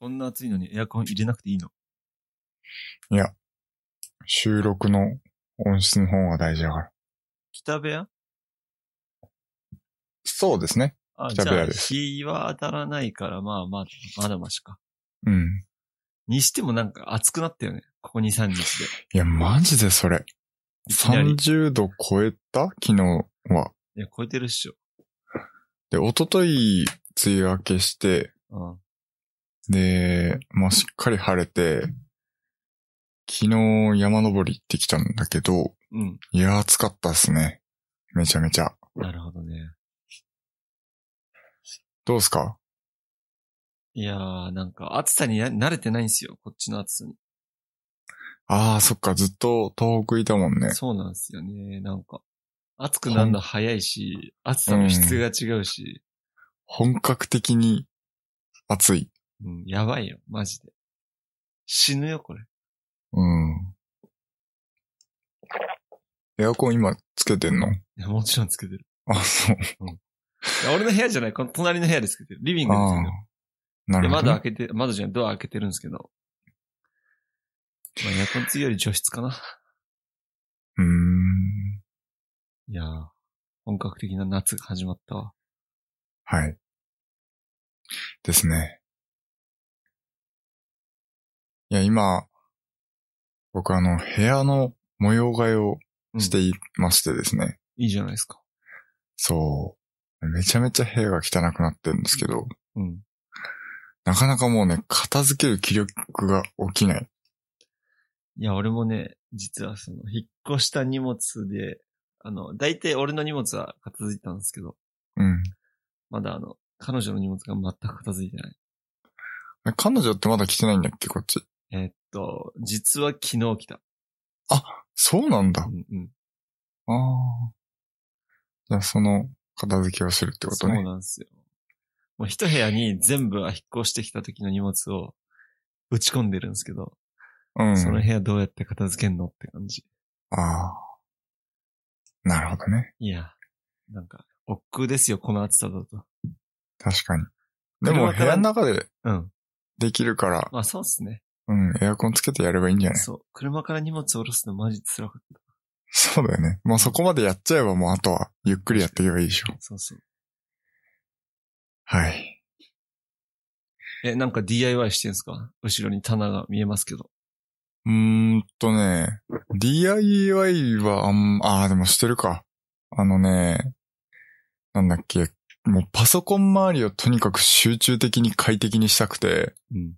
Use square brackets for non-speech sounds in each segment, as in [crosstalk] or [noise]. こんな暑いのにエアコン入れなくていいのいや、収録の音質の方が大事だから。北部屋そうですね。あ、北部屋ですじゃあ日は当たらないから、まあまあ、まだましか。うん。にしてもなんか暑くなったよね。ここ2、3日で。いや、マジでそれ。いきなり。い30度超えた昨日は。や、超えてるっしょ。で、一昨日梅雨明けして、うん。で、まあ、しっかり晴れて、昨日山登り行ってきたんだけど、うん。いや、暑かったですね。めちゃめちゃ。なるほどね。どうすかいやー、なんか暑さにな慣れてないんですよ。こっちの暑さに。ああ、そっか、ずっと東北いたもんね。そうなんですよね。なんか、暑くなるの早いし、暑さの質が違うし、本格的に暑い。うん、やばいよ、マジで。死ぬよ、これ。うん。エアコン今つけてんのいや、もちろんつけてる。あ、そう。いや俺の部屋じゃない、この隣の部屋ですけど、リビングですあけあど。。なで、るほど、窓開けて、窓じゃない、ドア開けてるんですけど。まあ、エアコンついより除湿かな。うーん。いやー、本格的な夏が始まったわ。はい。ですね。いや、今、僕あの、部屋の模様替えをうんしていましてですね。いいじゃないですか。そう。めちゃめちゃ部屋が汚くなってるんですけど、うん。なかなかもうね、片付ける気力が起きない。いや、俺もね、実はその、引っ越した荷物で、あの、大体俺の荷物は片付いたんですけど、うん。まだあの、彼女の荷物が全く片付いてない。彼女ってまだ来てないんだっけ、こっち。えーっと、実は昨日来た。そうなんだう。んうん。ああ。じゃあ、その、片付けをするってことそうね。なんですよ。もう一部屋に全部は引っ越してきた時の荷物を打ち込んでるんですけど、うん。その部屋どうやって片付けんのって感じ。ああ。なるほどね。いや、なんか、億劫ですよ、この暑さだと。確かに。で車も、部から屋の中でうん。できるから、まあそうっすね。うん、エアコンつけてやればいいんじゃないそう。車から荷物下ろすのマジ辛かっそうだよね。もうそこまでやっちゃえばもうあとはゆっくりやっていけばいいでしょ。た。そうそう。はい。え、なんか DIY してんすか後ろに棚が見えますけど。うーんとね、DIY はあん、ああ、でもしてるか。あのね、なんだっけ、もうパソコン周りをとにかく集中的に快適にしたくて、うん。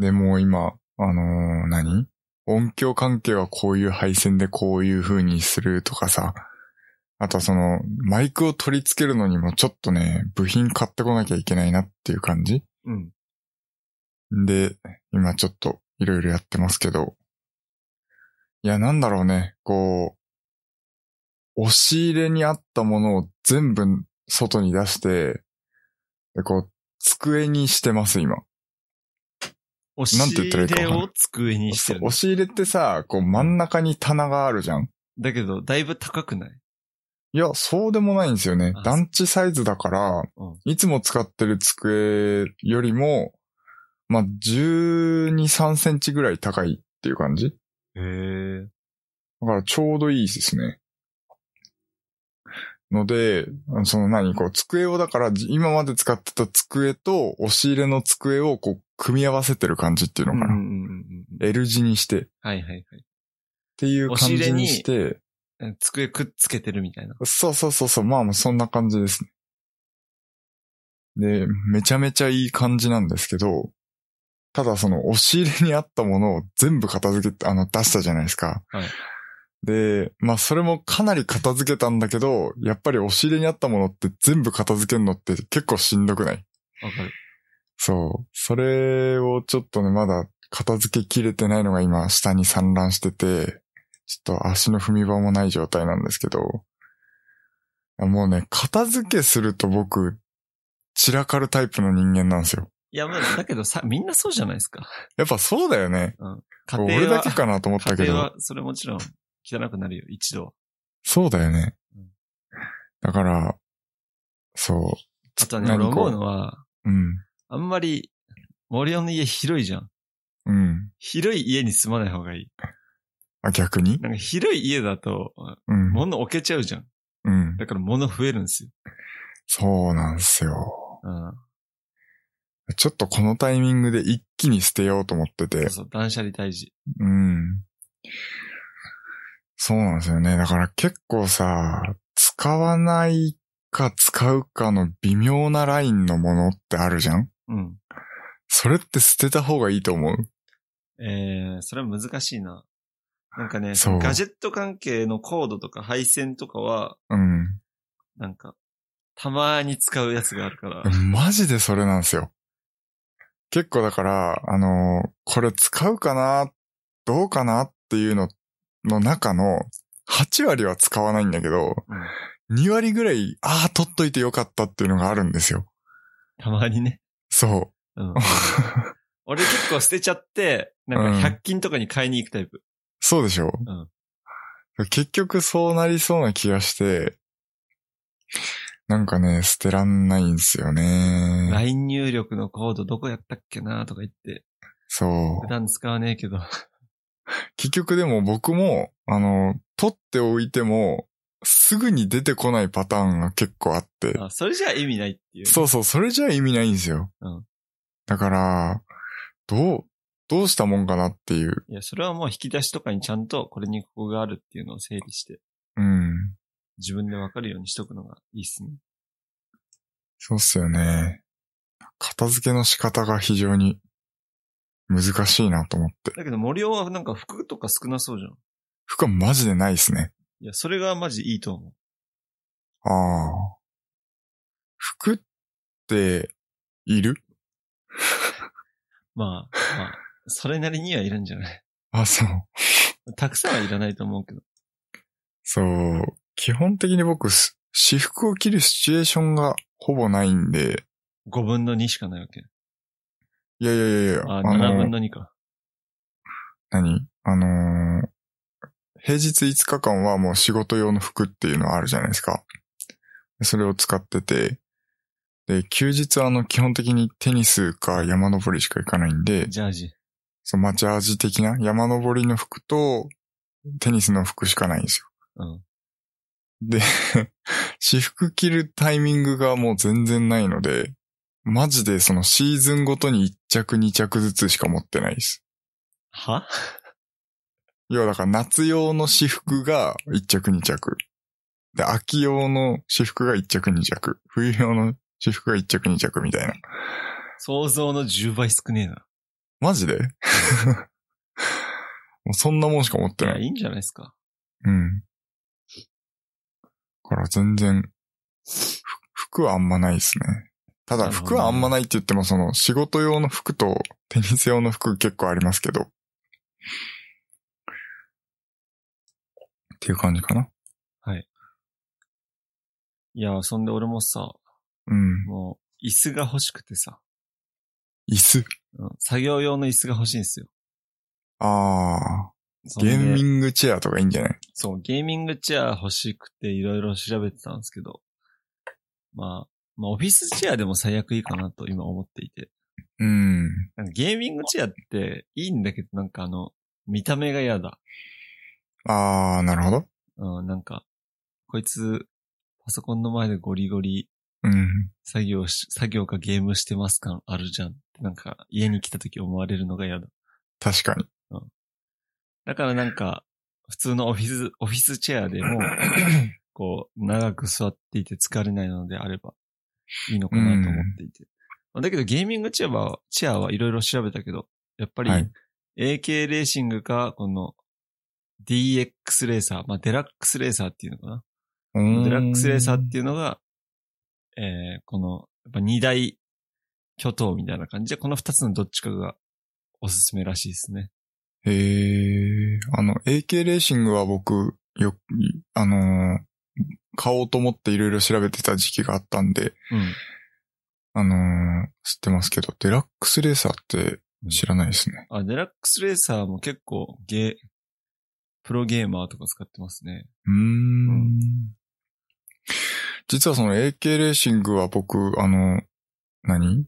で、もう今、あのー何音響関係はこういう配線でこういう風にするとかさ。あとはその、マイクを取り付けるのにもちょっとね、部品買ってこなきゃいけないなっていう感じうん。で、今ちょっといろいろやってますけど。いや、なんだろうね、こう、押し入れにあったものを全部外に出して、で、こう、机にしてます、今。おなんて言ったらいいかわかん尻ないを机にしてるそう。押し入れってさ、こう真ん中に棚があるじゃん。だけど、だいぶ高くないいや、そうでもないんですよねあ。団地サイズだから、うんいつも使ってる机よりも、まあ、12、3センチぐらい高いっていう感じへえ。だからちょうどいいですね。ので、その何こう、机をだから、じ今まで使ってた机と押し入れの机をこう、組み合わせてる感じっていううのんうかんな。うんうんうん。 L 字にして、っはいはいはいていう感じにして、え。机くっつけてるみたいな。そうそうそうそう。まあまあそんな感じですね。で、めちゃめちゃいい感じなんですけど、ただその押し入れにあったものを全部片付けて、あの出したじゃないですか。はいで、まあそれもかなり片付けたんだけど、やっぱり押し入れにあったものって全部片付けるのって結構しんどくないわかる。そう。それをちょっとね、まだ片付けきれてないのが今下に散乱してて、ちょっと足の踏み場もない状態なんですけど、もうね、片付けすると僕、散らかるタイプの人間なんですよ。いや、まあ、だけどさ、みんなそうじゃないですか。やっぱそうだよね。家庭は。俺だけかなと思ったけ家庭は、ど、それもちろん汚くなるよ、一度は。そうだよねうん。だから、そう。あとはね、何俺こう思うのは、うん。あんまり、森尾の家広いじゃん。うん。広い家に住まない方がいい。あ、逆になんか広い家だと、あうん。物置けちゃうじゃん。うん。だから物増えるんですよ。そうなんですよ。うん。ちょっとこのタイミングで一気に捨てようと思ってそてう。そう、断捨離大事。うん。そうなんですよね。だから結構さ、使わないか使うかの微妙なラインのものってあるじゃんうん。それって捨てた方がいいと思う。えー、それは難しいな。なんかね、そうガジェット関係のコードとか配線とかは、うん。なんか、たまーに使うやつがあるから。 [laughs] マジでそれなんですよ。結構だから、あのこれ使うかなどうかなっていうのの中の8割は使わないんだけど、うん2割ぐらい、ああ、取っといてよかったっていうのがあるんですよ。たまにね。そうんう。。俺結構捨てちゃって、なんか100均とかに買いに行くタイプ。そうでしょ結局そうなりそうな気がして、なんかね、捨てらんないんですよね。 LINE 入力のコードどこやったっけなとか言って、そう普。段使わねえけ [laughs] ど。結局でも僕も、あの、取っておいても、すぐに出てこないパターンが結構あって、あそれじゃ意味ないっていう。そうそう、それじゃ意味ないんですよ。うんだから、どう、どうしたもんかなっていう。いや、それはもう引き出しとかにちゃんとこれにここがあるっていうのを整理して、うん。自分でわかるようにしとくのがいいっすね。そうっすよね。片付けの仕方が非常に難しいなと思って。だけど森尾はなんか服とか少なそうじゃん。服はマジでないですね。いや、それがマジいいと思う。ああ。服って、いるまあ、まあ、それなりにはいるんじゃないあ、そう。たくさんはいらないと思うけど。そう。基本的に僕、す私服を着るシチュエーションがほぼないんで、 5分の2しかないわけ。いやいやいやいや、あ、7分の、の2か。何あのー平日5日間はもう仕事用の服っていうのはあるじゃないですか。それを使ってて、で、休日はあの、基本的にテニスか山登りしか行かないんで、ジャージ。そのジャージ的な山登りの服とテニスの服しかないんですよ。うんで、 [laughs] 私服着るタイミングがもう全然ないので、マジでそのシーズンごとに1着2着ずつしか持ってないです。は要はだから夏用の私服が1着2着。で、秋用の私服が1着2着。冬用の私服が1着2着みたいな。想像の10倍少ねえな。マジで [laughs] もうそんなもんしか持っていないや、。いいんじゃないですか。うん。だから全然、ふ服はあんまないですね。たなだるほど服はあんまないって言ってもその仕事用の服とテニス用の服結構ありますけど。っていう感じかな。いや、そんで俺もさ、うん。もう、椅子が欲しくてさ、椅子。うん作業用の椅子が欲しいんですよ。ああ、ゲーミグ。ングチェアとかいいんじゃないそう、ゲーミングチェア欲しくていろいろ調べてたんですけど、まあ、まあ、オフィスチェアでも最悪いいかなと今思っていて。うん。なんかゲーミングチェアっていいんだけど、なんかあの、見た目が嫌だ。ああ、なるほど。うん、なんか、こいつ、パソコンの前でゴリゴリうん。作業し、作業かゲームしてます感あるじゃんって、なんか家に来た時思われるのが嫌だ。確かに。だからなんか、普通のオフィス、オフィスチェアでも、 [laughs] こう、長く座っていて疲れないのであれば、いいのかなと思っていて。まあだけどゲーミングチェアは、チェアはいろいろ調べたけど、やっぱりはい、 AK レーシングか、この、DX レーサー、まあ、デラックスレーサーっていうのかな。うんデラックスレーサーっていうのが、えー、この、やっぱ二大巨頭みたいな感じで、この二つのどっちかがおすすめらしいですね。へえ、あの、AK レーシングは僕、よ、あのー買おうと思っていろいろ調べてた時期があったんで、うん。あのー知ってますけど、デラックスレーサーって知らないですね。あ、デラックスレーサーも結構ゲー、プロゲーマーとか使ってますね。うー。うん実はその AK レーシングは僕、あの、何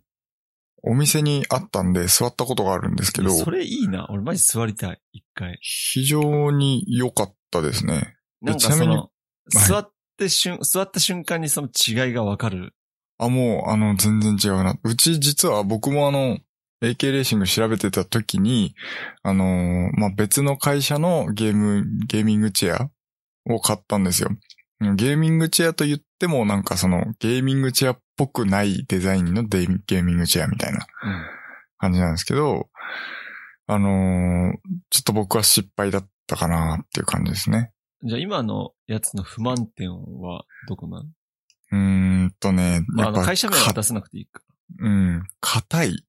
お店にあったんで座ったことがあるんですけど、それいいな。俺マジ座りたい。一回。非常に良かったですね。なんかちなそみにの、座って瞬、座った瞬間にその違いがわかる。あ、もう、あの、全然違うな。うち実は僕もあの、AK レーシング調べてた時に、あのーまあ、別の会社のゲーム、ゲーミングチェアを買ったんですよ。ゲーミングチェアと言ってもなんかその、ゲーミングチェアっぽくないデザインのデゲーミングチェアみたいなうん。感じなんですけど、あのーちょっと僕は失敗だったかなっていう感じですね。じゃあ今のやつの不満点はどこなのうーんとね、まあ、やあっのぱ、会社名は出さなくていいか。うん、硬い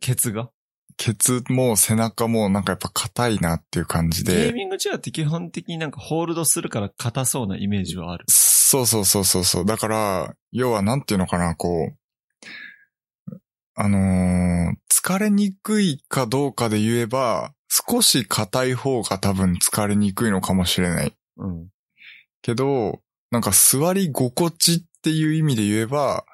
ケツが。ケツも背中もなんかやっぱ硬いなっていう感じゲーで。ミングチェアって基本的になんかホールドするから硬そうなイメージはある。そうそうそうそうそう。だから、要はなんていうのかな、こう。あのー疲れにくいかどうかで言えば、少し硬い方が多分疲れにくいのかもしれない。うん。けど、なんか座り心地っていう意味で言えば、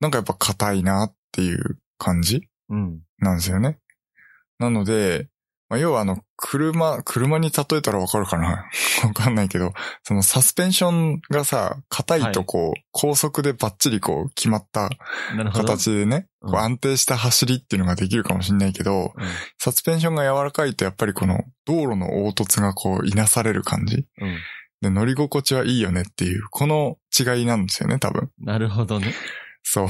なんかやっぱ硬いなっていう感じうん。なんですよね。なので、まあ、要はあの、車、車に例えたらわかるかな [laughs] わかんないけど、そのサスペンションがさ、硬いとこう、高速でバッチリこう、決まったなるほど。形でね、うんこう安定した走りっていうのができるかもしれないけど、サスペンションが柔らかいとやっぱりこの、道路の凹凸がこう、いなされる感じ。うん。うん。で、乗り心地はいいよねっていう、この違いなんですよね、多分。なるほどね。そう。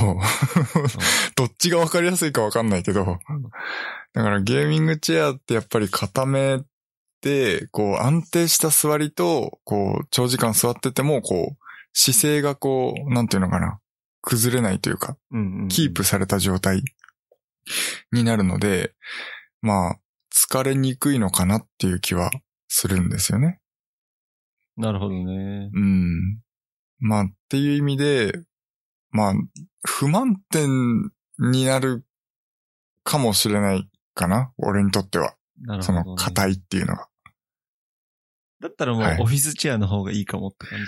どっちが分かりやすいか分かんないけど、だからゲーミングチェアってやっぱり固めで、こう安定した座りと、こう長時間座ってても、こう姿勢がこう、なんていうのかな、崩れないというか、うんうん。キープ。された状態になるので、まあ、疲れにくいのかなっていう気はするんですよね。なるほどね。うん。まあ、っていう意味で、まあ、不満点になるかもしれないかな。俺にとっては。なるほそど、ね。の、硬いっていうのが。だったらもうはいオフィスチェアの方がいいかもって感じ。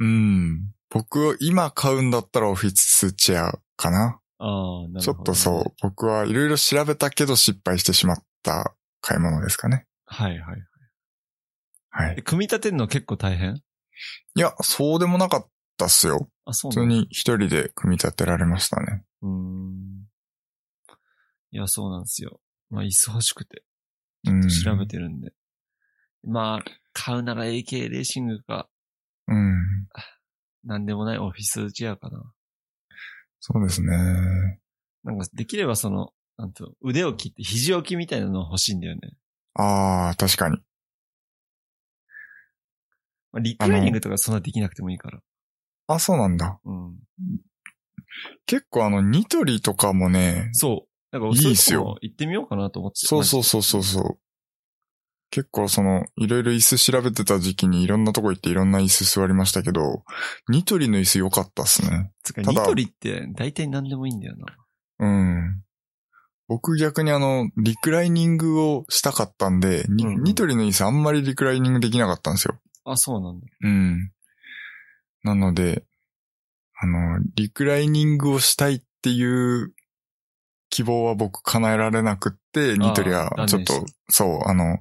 うん。僕を今買うんだったらオフィスチェアかな。 [laughs] ああ、なるほど、ね。ちょっとそう。僕はいろいろ調べたけど失敗してしまった買い物ですかね。はいはい。はえい。組み立てるの結構大変いや、そうでもなかったっすよ。あ、そう普なの通に一人で組み立てられましたね。うーん。いや、そうなんですよ。まあ、椅子欲しくて、うん。調べてるんで。まあ、買うなら AK レーシングか、うん。なんでもないオフィスチェアかな。そうですね。なんか、できればその、なんと、腕を切って、肘置きみたいなの欲しいんだよね。ああ、確かに。まあ、リクライニングとかそんなできなくてもいいから。あ、そうなんだ。うん。結構あの、ニトリとかもね、そう。なんか、いいっすそううよとこも行ってみようかなと思って。。そうそううそうそうそう。結構その、いろいろ椅子調べてた時期にいろんなとこ行っていろんな椅子座りましたけど、ニトリの椅子良かったっすね。つうか、たニだトリって大体何でもいいんだよな。うん。僕逆にあの、リクライニングをしたかったんで、にうんうんニトリの椅子あんまりリクライニングできなかったんですよ。あ、そうなんだ。うん。なので、あの、リクライニングをしたいっていう希望は僕叶えられなくって、ニトリはちょっ断と、そう、あの、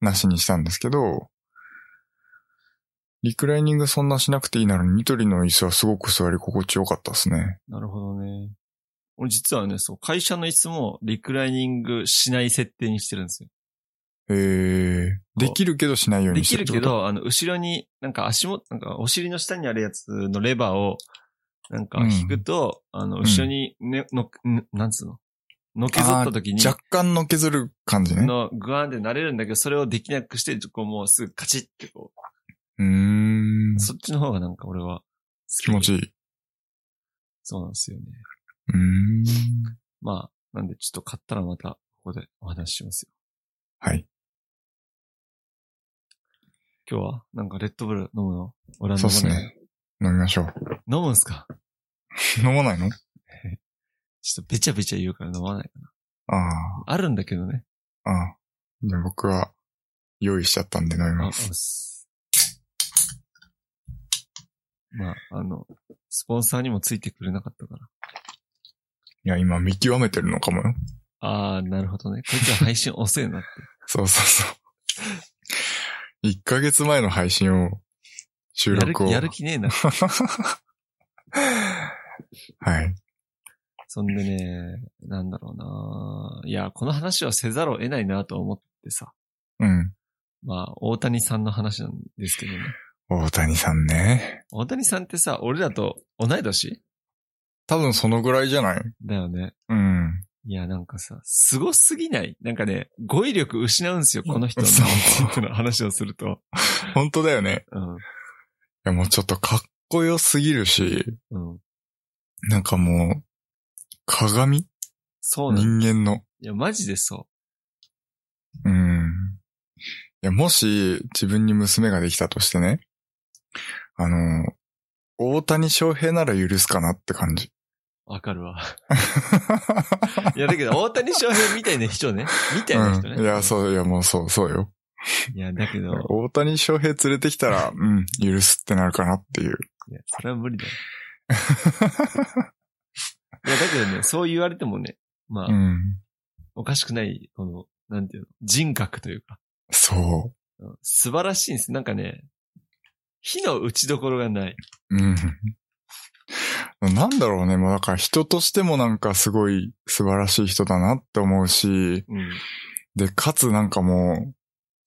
なしにしたんですけど、リクライニングそんなしなくていいならニトリの椅子はすごく座り心地よかったですね。なるほどね。俺実はね、そう、会社の椅子もリクライニングしない設定にしてるんですよ。えー、できるけどしないようでにしきてるってけこと。ど、あの、後ろに、なんか足も、なんかお尻の下にあるやつのレバーを、なんか引くと、あの、後ろに、ね、の、んなんつうののけぞった時に、若干のけずる感じね。の、グワーンってなれるんだけど、それをできなくして、こうもうすぐカチッってこうーんう、。そっちの方がなんか俺は好き気持ちいい。そうなんですよね。うーん。まあ、なんでちょっと買ったらまた、ここでお話ししますよ。はい。今日は、なんかレッドブル飲むの俺は飲そまうでない。すね。飲みましょう。飲むんすか飲まないのちょっとべちゃべちゃ言うから飲まないかあな。あるんだけどね。あ、ああ。じゃあ僕は用意しちゃったんで飲みあ、おまっす。す。まあ、あの、スポンサーにもついてくれなかったから。いや、今見極めてるのかもよ。ああ、なるほどね。こいつは配信遅えなって。そうそうそう。1ヶ月前の配信を、収やる録を。気、やる気ねえな。はい。そんでね、なんだろうな。いや、この話はせざるを得ないなと思ってさ。うん。まあ、大谷さんの話なんですけどね。大谷さんね。大谷さんってさ、俺らと同い年多分そのぐらいじゃないだよね。うん。いや、なんかさ、凄すぎないなんかね、語彙力失うんですよ、この人のそう人っての話をすると。本当だよね。うん。いや、もうちょっとかっこよすぎるし、うん。なんかもう、鏡そうなん人間の。いや、マジでそうん。いや、もし自分に娘ができたとしてね、あの、大谷翔平なら許すかなって [laughs] 感じ。う。わかるわ。いや、だけど、大谷翔平みたいな人ね。みたいな人ね。うん、いや、そう、いや、もうそう、そうよ。いや、だけど、大谷翔平連れてきたら、うん、許すってなるかなっていう。いや、それは無理だよ。いや、だけどね、そう言われてもね、まあ、うん。おかしくない、この、なんていうの、人格というか、そうん素晴らしいんです。なんかね、火の打ちどころがない。う。うん。なんだろうね、もうだから人としてもなんかすごい素晴らしい人だなって思うし、うん。で、かつなんかも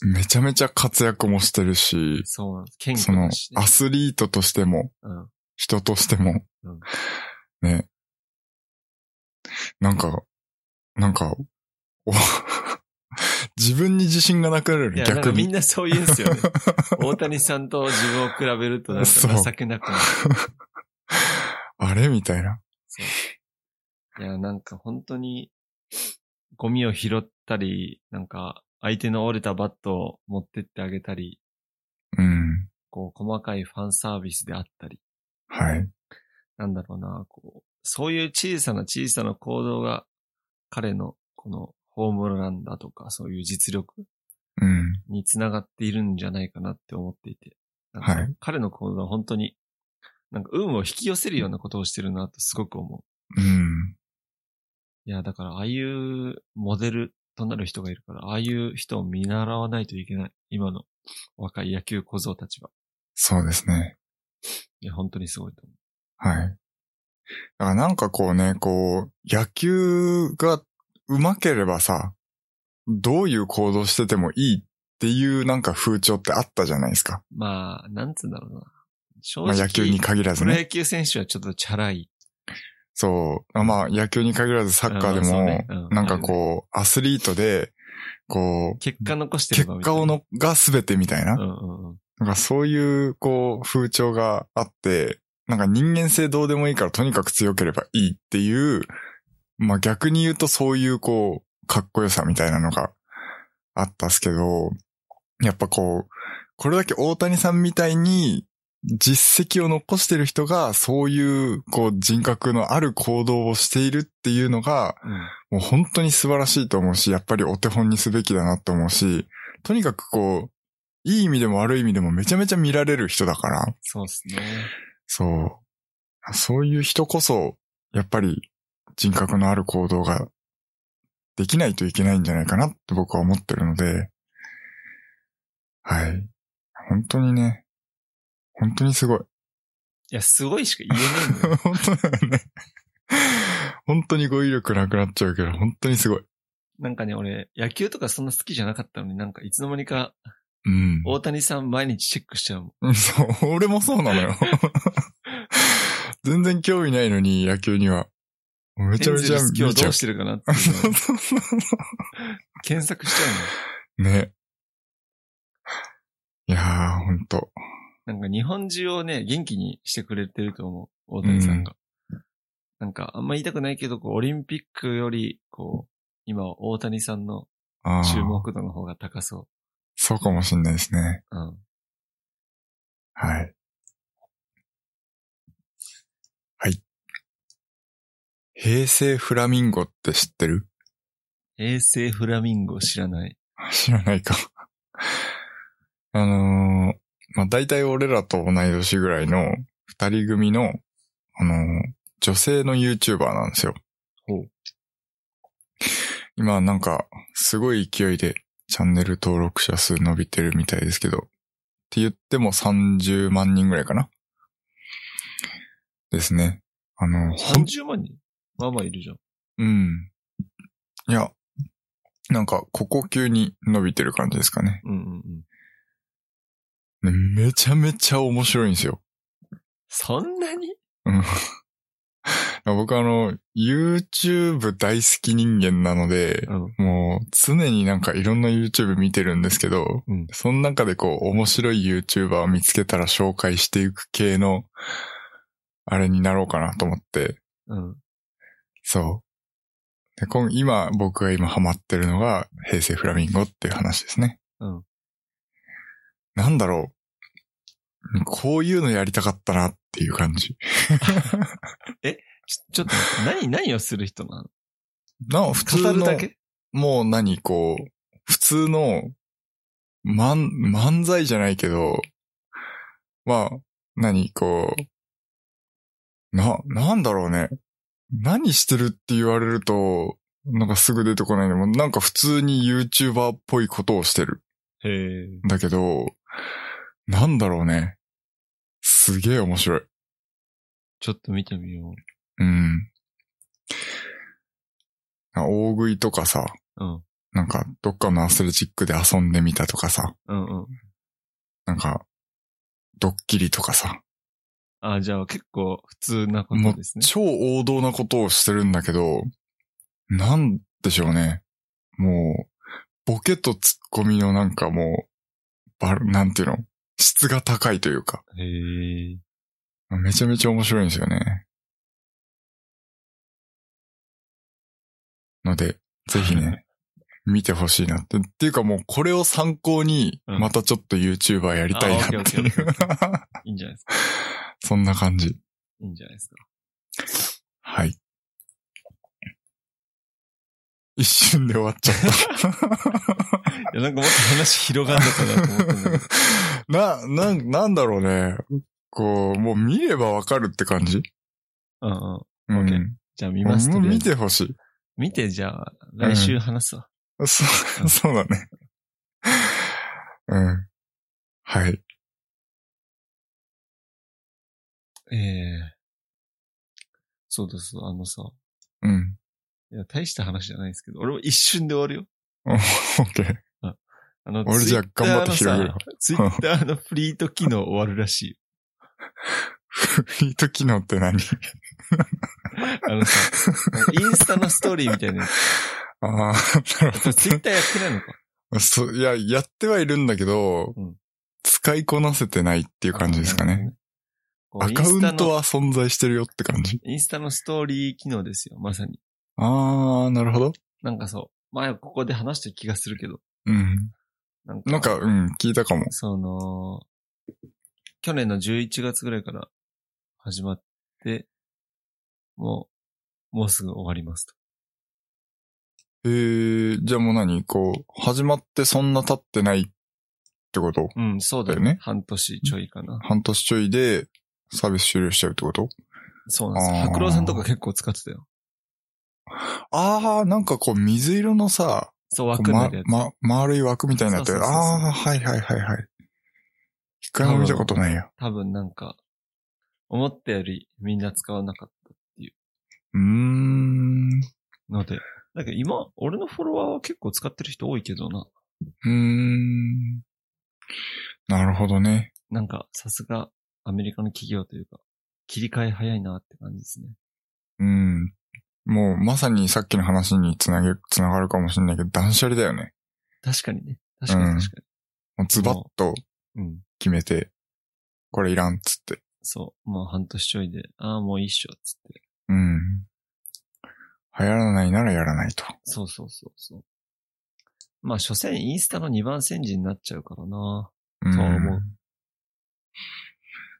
う、めちゃめちゃ活躍もしてるし、そうなんです。謙そ虚のだし、ねア。スリートとしても、うん。人としてもうん、ね。なんか、なんか、お [laughs] 自分に自信がなくなるよいね、や、なん逆かみんに。なそう言うんですよ [laughs] ね。大谷さんと自分を比べるとなんか情けなくなる。あれみたいな。いや、なんか本当に、ゴミを拾ったり、なんか相手の折れたバットを持ってってあげたり、うん。こう細かいファンサービスであったり、はい。なんだろうな、こう、そういう小さな小さな行動が彼のこのホームランだとか、そういう実力うん。につながっているんじゃないかなって思っていて、なんかはい彼の行動は本当に、なんか運を引き寄せるようなことをしてるなとすごく思う。うん。いや、だから、ああいうモデルとなる人がいるから、ああいう人を見習わないといけない。今の若い野球小僧たちは。そうですね。いや、本当にすごいと思はい。だからなんかこうね、こう、野球が上手ければさ、どういう行動しててもいいっていうなんか風潮ってあったじゃないですか。う。まあ、なんつうんだろうな。正まあ野球に限らずプロね。野球選手はちょっとチャラい。そう。まあ野球に限らずサッカーでうんそうもねうん、なんかこう、アスリートで、こう、結果残してれ結ばみたい果な。をのが全てみたいな。うんうんうん。なんかそういう、こう、風潮があって、なんか人間性どうでもいいからとにかく強ければいいっていう、まあ逆に言うとそういう、こう、かっこよさみたいなのがあったっすけど、やっぱこう、これだけ大谷さんみたいに実績を残してる人がそういう、こう、人格のある行動をしているっていうのが、うんもう本当に素晴らしいと思うし、やっぱりお手本にすべきだなと思うし、とにかくこう、いい意味でも悪い意味でもめちゃめちゃ見られる人だから、そうですね。そう。そういう人こそ、やっぱり人格のある行動ができないといけないんじゃないかなって僕は思ってるので、はい。本当にね、本当にすごい。 [laughs] いや、すごいしか言えないんだよ。本当だよね。本当に語彙力なくなっちゃうけど、本当にすごい。なんかね、俺、野球とかそんな好きじゃなかったのになんかいつの間にかうん。大谷さん毎日チェックしちゃうもん。うんそう、俺もそうなの [laughs] よ。全然興味ないのに、野球には。めちゃめちエンゼゃルス今見日ちどゃううしてるかなっていうのを [laughs] 検索しちゃうの。 [laughs] ね。いやー、ほんと。なんか日本中をね、元気にしてくれてると思う、大谷さんが。なんかあんま言いたくないけど、こう、オリンピックより、こう、今は大谷さんのあ注ー目度の方が高そそうかもしんないですね。う。うん。はい。はい。平成フラミンゴって知ってる平成フラミンゴ知らない。知らないか。あのー、まあ、大体俺らと同い年ぐらいの二人組の、あのー女性の YouTuber なんですよ。ほう今なんか、すごい勢いでチャンネル登録者数伸びてるみたいですけど、って言っても30万人ぐらいかなですね。あの、ほん、 30万人まあまあいるじゃん。うん。いや、なんか、ここ急に伸びてる感じですかね。うんうんうん。ねめちゃめちゃ面白いんですよ。そんなに僕あの、YouTube 大好き人間なので、うん。もう常になんかいろんな YouTube 見てるんですけど、うんその中でこう面白い YouTuber を見つけたら紹介していく系の、あれになろうかなと思って、うん。そう。で今今僕が今ハマってるのが平成フラミンゴっていう話ですね。うん。なんだろう。こういうのやりたかったなっていう感じ。ちょ、ちょっと待って、何、何をする人なのな、普通語の。るだけもう何こう、普通の、まん、漫才じゃないけど、まあ、何こう、な、なんだろうね。何してるって言われると、なんかすぐ出てこないのも、なんか普通に YouTuber っぽいことをしてるへえ。んだけど、なんだろうね。すげえ面白い。ちょっと見てみようん。あ大食いとかさ、う。うん。なんかどっかのアスレチックで遊んでみたとかさ、うんうん。なんか、ドッキリとかさ、あ、じゃあ結構普通なことですね。超王道なことをしてるんだけど、なんでしょうね。もう、ボケとツッコミのなんかもう、ば、なんていうの質が高いというか、へえ。めちゃめちゃ面白いんですよね。ので、ぜひね、見てほしいなって。っていうかもうこれを参考に、うんまたちょっと YouTuber やりたいなっていあオッケーオうッ。いいんじゃないですか。 [laughs] そんな感じ。いいんじゃないですか。はい。一瞬で終わっちゃっいや、なんかもっと話広がんのかなと思ったんだけど。た。な、なん、なんだろうね。こう、もう見ればわかるって感じ。 [laughs] うんうん。う OK ん。じゃあ見ますもとうりあえ見ずてほしい。見て、じゃあ、来週話すわ。そう、そうだね。うん。はい。ええそうだそうだ、あのさ。うん。いや、大した話じゃないですけど、俺も一瞬で終わるよ。オッケ [laughs] ー。あの、俺じゃあ頑張って広げるわツイッターのフリート機能終わるらしいよ。フリート機能って何 [laughs] あ [laughs] のさ、インスタのストーリーみたいなやああ、なるほつ。ツイッターやってないのか。ど。そう、いや、やってはいるんだけど、うん使いこなせてないっていう感じですかね。。こうアイカンウスタントの、は存在してるよって感じ。インスタのストーリー機能ですよ、まさに。あー、なるほど。なんかそう、前ここで話した気がするけど、うん。なんか、なんか、うん、聞いたかも。その、去年の11月ぐらいから始まって、もう、もうすぐ終わりますと。えー、じゃあもう何こう、始まってそんな経ってないってことうん、そうだよだね。よね半年ちょいかな。半年ちょいでサービス終了しちゃうってことそうなんですあよ。ー白郎さんとか結構使ってたよ。あー、なんかこう、水色のさ、そう、こ枠にうなまるや、つ。ま、丸い枠みたいになってる。そうそうそうそうあー、はいはいはいはい。一回も見たことないや。多分なんか、思ったよりみんな使わなかっうーん。たので。だけど今、俺のフォロワーは結構使ってる人多いけどな。うーん。なるほどね。なんか、さすがアメリカの企業というか、切り替え早いなって感じですね。うん。もうまさにさっきの話につなげ、つながるかもしれないけど、断捨離だよね。確かにね。確かうんに確かもうズバッとに。うん。決めて、これいらんっつって。そう。もう半年ちょいで、ああ、もういいっしょ、つって。うん。流行らないならやらないと。そうそうそうそう。まあ、所詮インスタの2番煎じになっちゃうからな。うん、そう思う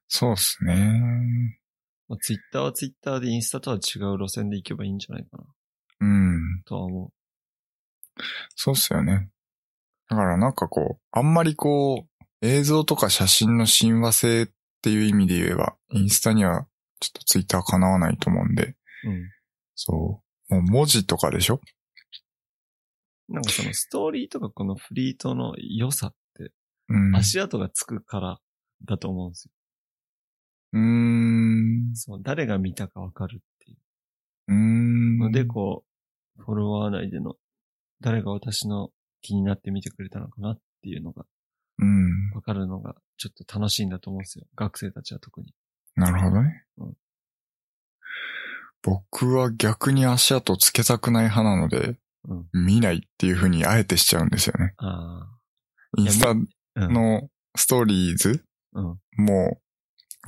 そうっすね。まあ、ツイッターはツイッターでインスタとは違う路線で行けばいいんじゃないかな。うん。とは思そうっすよね。だからなんかこう、あんまりこう、映像とか写真の親和性っていう意味で言えば、インスタにはちょっとツイッターかなわないと思うんで、う。うん。そう。もう文字とかでしょなんかそのストーリーとかこのフリートの良さってうん。足跡がつくからだと思うんですよ。うーん。そう、誰が見たかわかるっていううーん。ので、こう、フォロワー内での誰が私の気になって見てくれたのかなっていうのがうん。わかるのがちょっと楽しいんだと思うんですよ。学生たちは特に。なるほどねうん。僕は逆に足跡つけたくない派なので、うん。見ないっていう風にあえてしちゃうんですよね。あインスタあ。うん。のストーリーズうん。もう、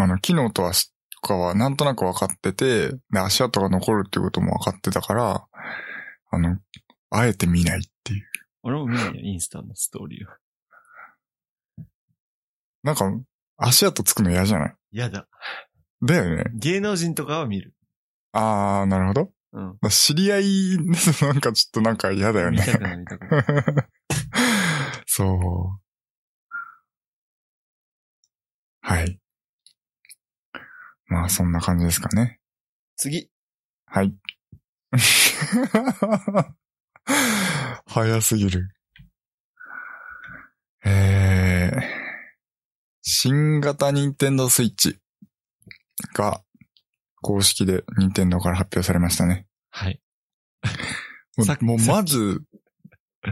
あの、機能とはし、とかはなんとなく分かってて、で、足跡が残るっていうことも分かってたから、あの、あえて見ないっていう。俺も見ないよ、インスタのストーリーは。なんか、足跡つくの嫌じゃないやだ。だよね。芸能人とかは見る。あー、なるほど。うん。知り合いです、なんかちょっとなんか嫌だよ見ね。たくない、見たくない。 [laughs] そう。はい。まあ、そんな感じですかね。 [laughs] 次。はい。 [laughs] 早すぎる。えー、新型任天堂スイッチが公式で任天堂から発表されましたね。はい。もさっきうもうさっまず、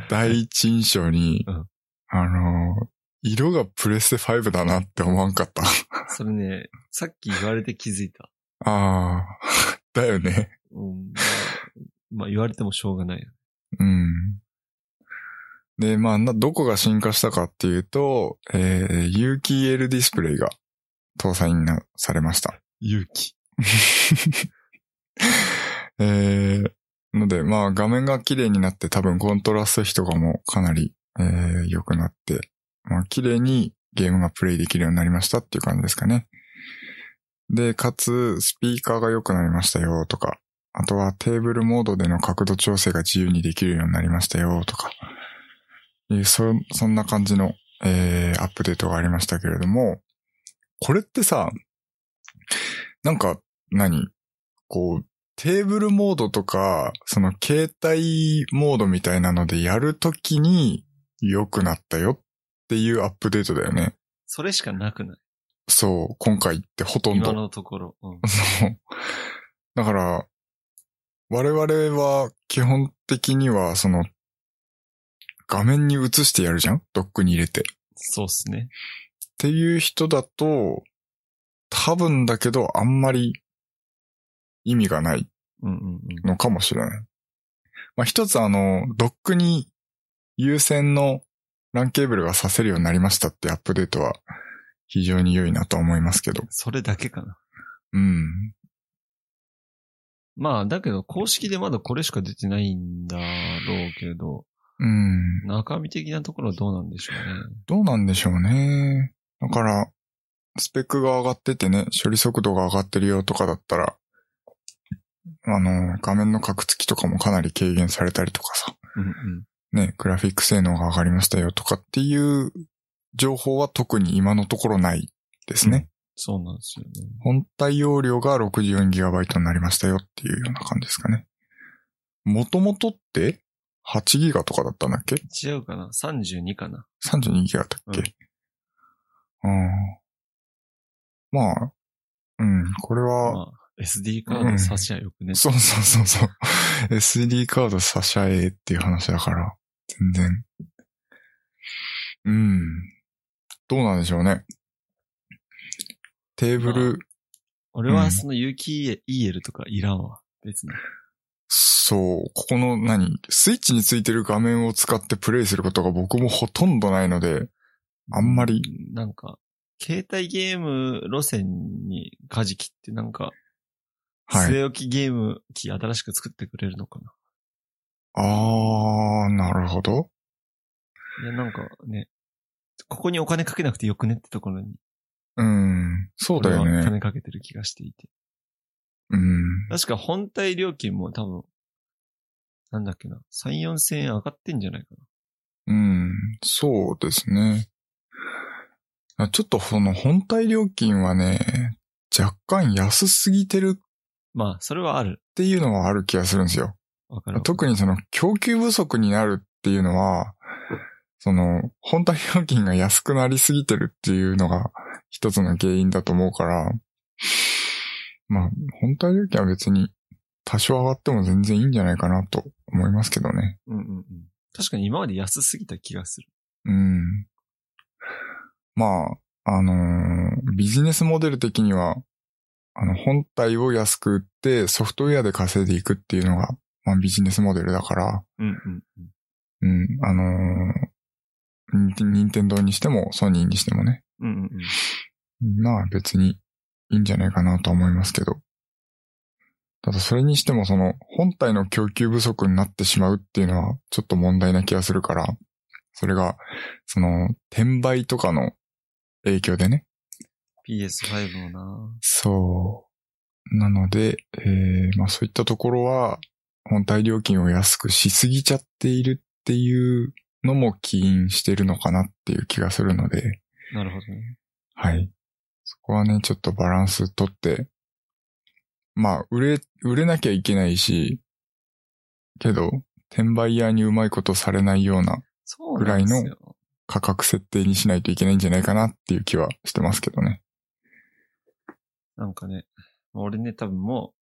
第一印象に、 [laughs] うんあのー色がプレステ5だなって思わんかった。それね、さっき言われて気づいた。ああ、だよね。うん。まあ、まあ言われてもしょうがないよ。うん。で、まあ、などこが進化したかっていうと、えー、有機 EL ディスプレイが搭載なされました。勇気。 [laughs] えー、ので、まあ、画面が綺麗になって多分コントラスト比とかもかなり、えー、良くなって、まあ、綺麗にゲームがプレイできるようになりましたっていう感じですかね。で、かつ、スピーカーが良くなりましたよとか、あとはテーブルモードでの角度調整が自由にできるようになりましたよとか、いうそ、そんな感じの、えー、アップデートがありましたけれども、これってさ、なんか何、こう、テーブルモードとか、その携帯モードみたいなのでやるときに良くなったよっていうアップデートだよね。それしかなくない。そう、今回ってほとん今ど。のところ。うん。そう。 [laughs] だから、我々は基本的にはその、画面に映してやるじゃんドックに入れて。っそうっすね。ていう人だと、多分だけどあんまり意味がないうんうんうん。のかもしれない。まあ、一つあの、ドックに有線の LAN ケーブルがさせるようになりましたってアップデートは非常に良いなと思いますけど。それだけかな。うん。まあ、だけど公式でまだこれしか出てないんだろうけど、うん。中身的なところはどうなんでしょうね。どうなんでしょうね。だから、スペックが上がっててね、処理速度が上がってるよとかだったら、あの、画面のカクつきとかもかなり軽減されたりとかさ、うんうん。ね、グラフィック性能が上がりましたよとかっていう情報は特に今のところないですね。そうなんですよね。本体容量が 64GB になりましたよっていうような感じですかね。もともとって 8GB とかだったんだっけ違うかな ?32 かな ?32GB だっけ、うん、まあ、うん、これは、まあ、SD カード差しはよくね。そうそうそうそう。SD [laughs] カード差し合えっていう話だから、全然。うん。どうなんでしょうね。テーブル、俺はその有機 EL とかいらんわ。別に。そう、ここの何スイッチについてる画面を使ってプレイすることが僕もほとんどないので、あんまり。なんか、携帯ゲーム路線に舵切ってなんか、はい据え置きゲーム機新しく作ってくれるのかな、あー、なるほど。いや、なんかね、ここにお金かけなくてよくねってところに、うん、そうだよ俺はね。金かけてる気がしていて。うん。確か本体料金も多分、なんだっけな、3、4千円上がってんじゃないかな。うん、そうですね。あちょっとその本体料金はね、若干安すぎてるまあ、それはある。っていうのはある気がするんですよ。わかる。特にその供給不足になるっていうのは、その本体料金が安くなりすぎてるっていうのが一つの原因だと思うから、まあ本体料金は別に多少上がっても全然いいんじゃないかなと思いますけどね。うんうんうん。確かに今まで安すぎた気がする。うん。まあ、あのービジネスモデル的には、あの本体を安く売ってソフトウェアで稼いでいくっていうのが、まあビジネスモデルだから、うんうんうん。うん、あのー、ニンニンテンドーにしても、ソニーにしてもね。うんうんうん。まあ別にいいんじゃないかなとは思いますけど。ただそれにしてもその本体の供給不足になってしまうっていうのはちょっと問題な気がするから、それが、その、転売とかの影響でね。 PS5 もなそう。なので、えーまあそういったところは、本体料金を安くしすぎちゃっているっていうのも起因してるのかなっていう気がするので、なるほどね。はい。そこはね、ちょっとバランス取って、まあ、売れ、売れなきゃいけないし、けど、転売屋にうまいことされないようなそうなんですよ。ぐら価格設定にしないといけないんじゃないかなっていう気はしてますけどね。なんかね、俺ね、多分も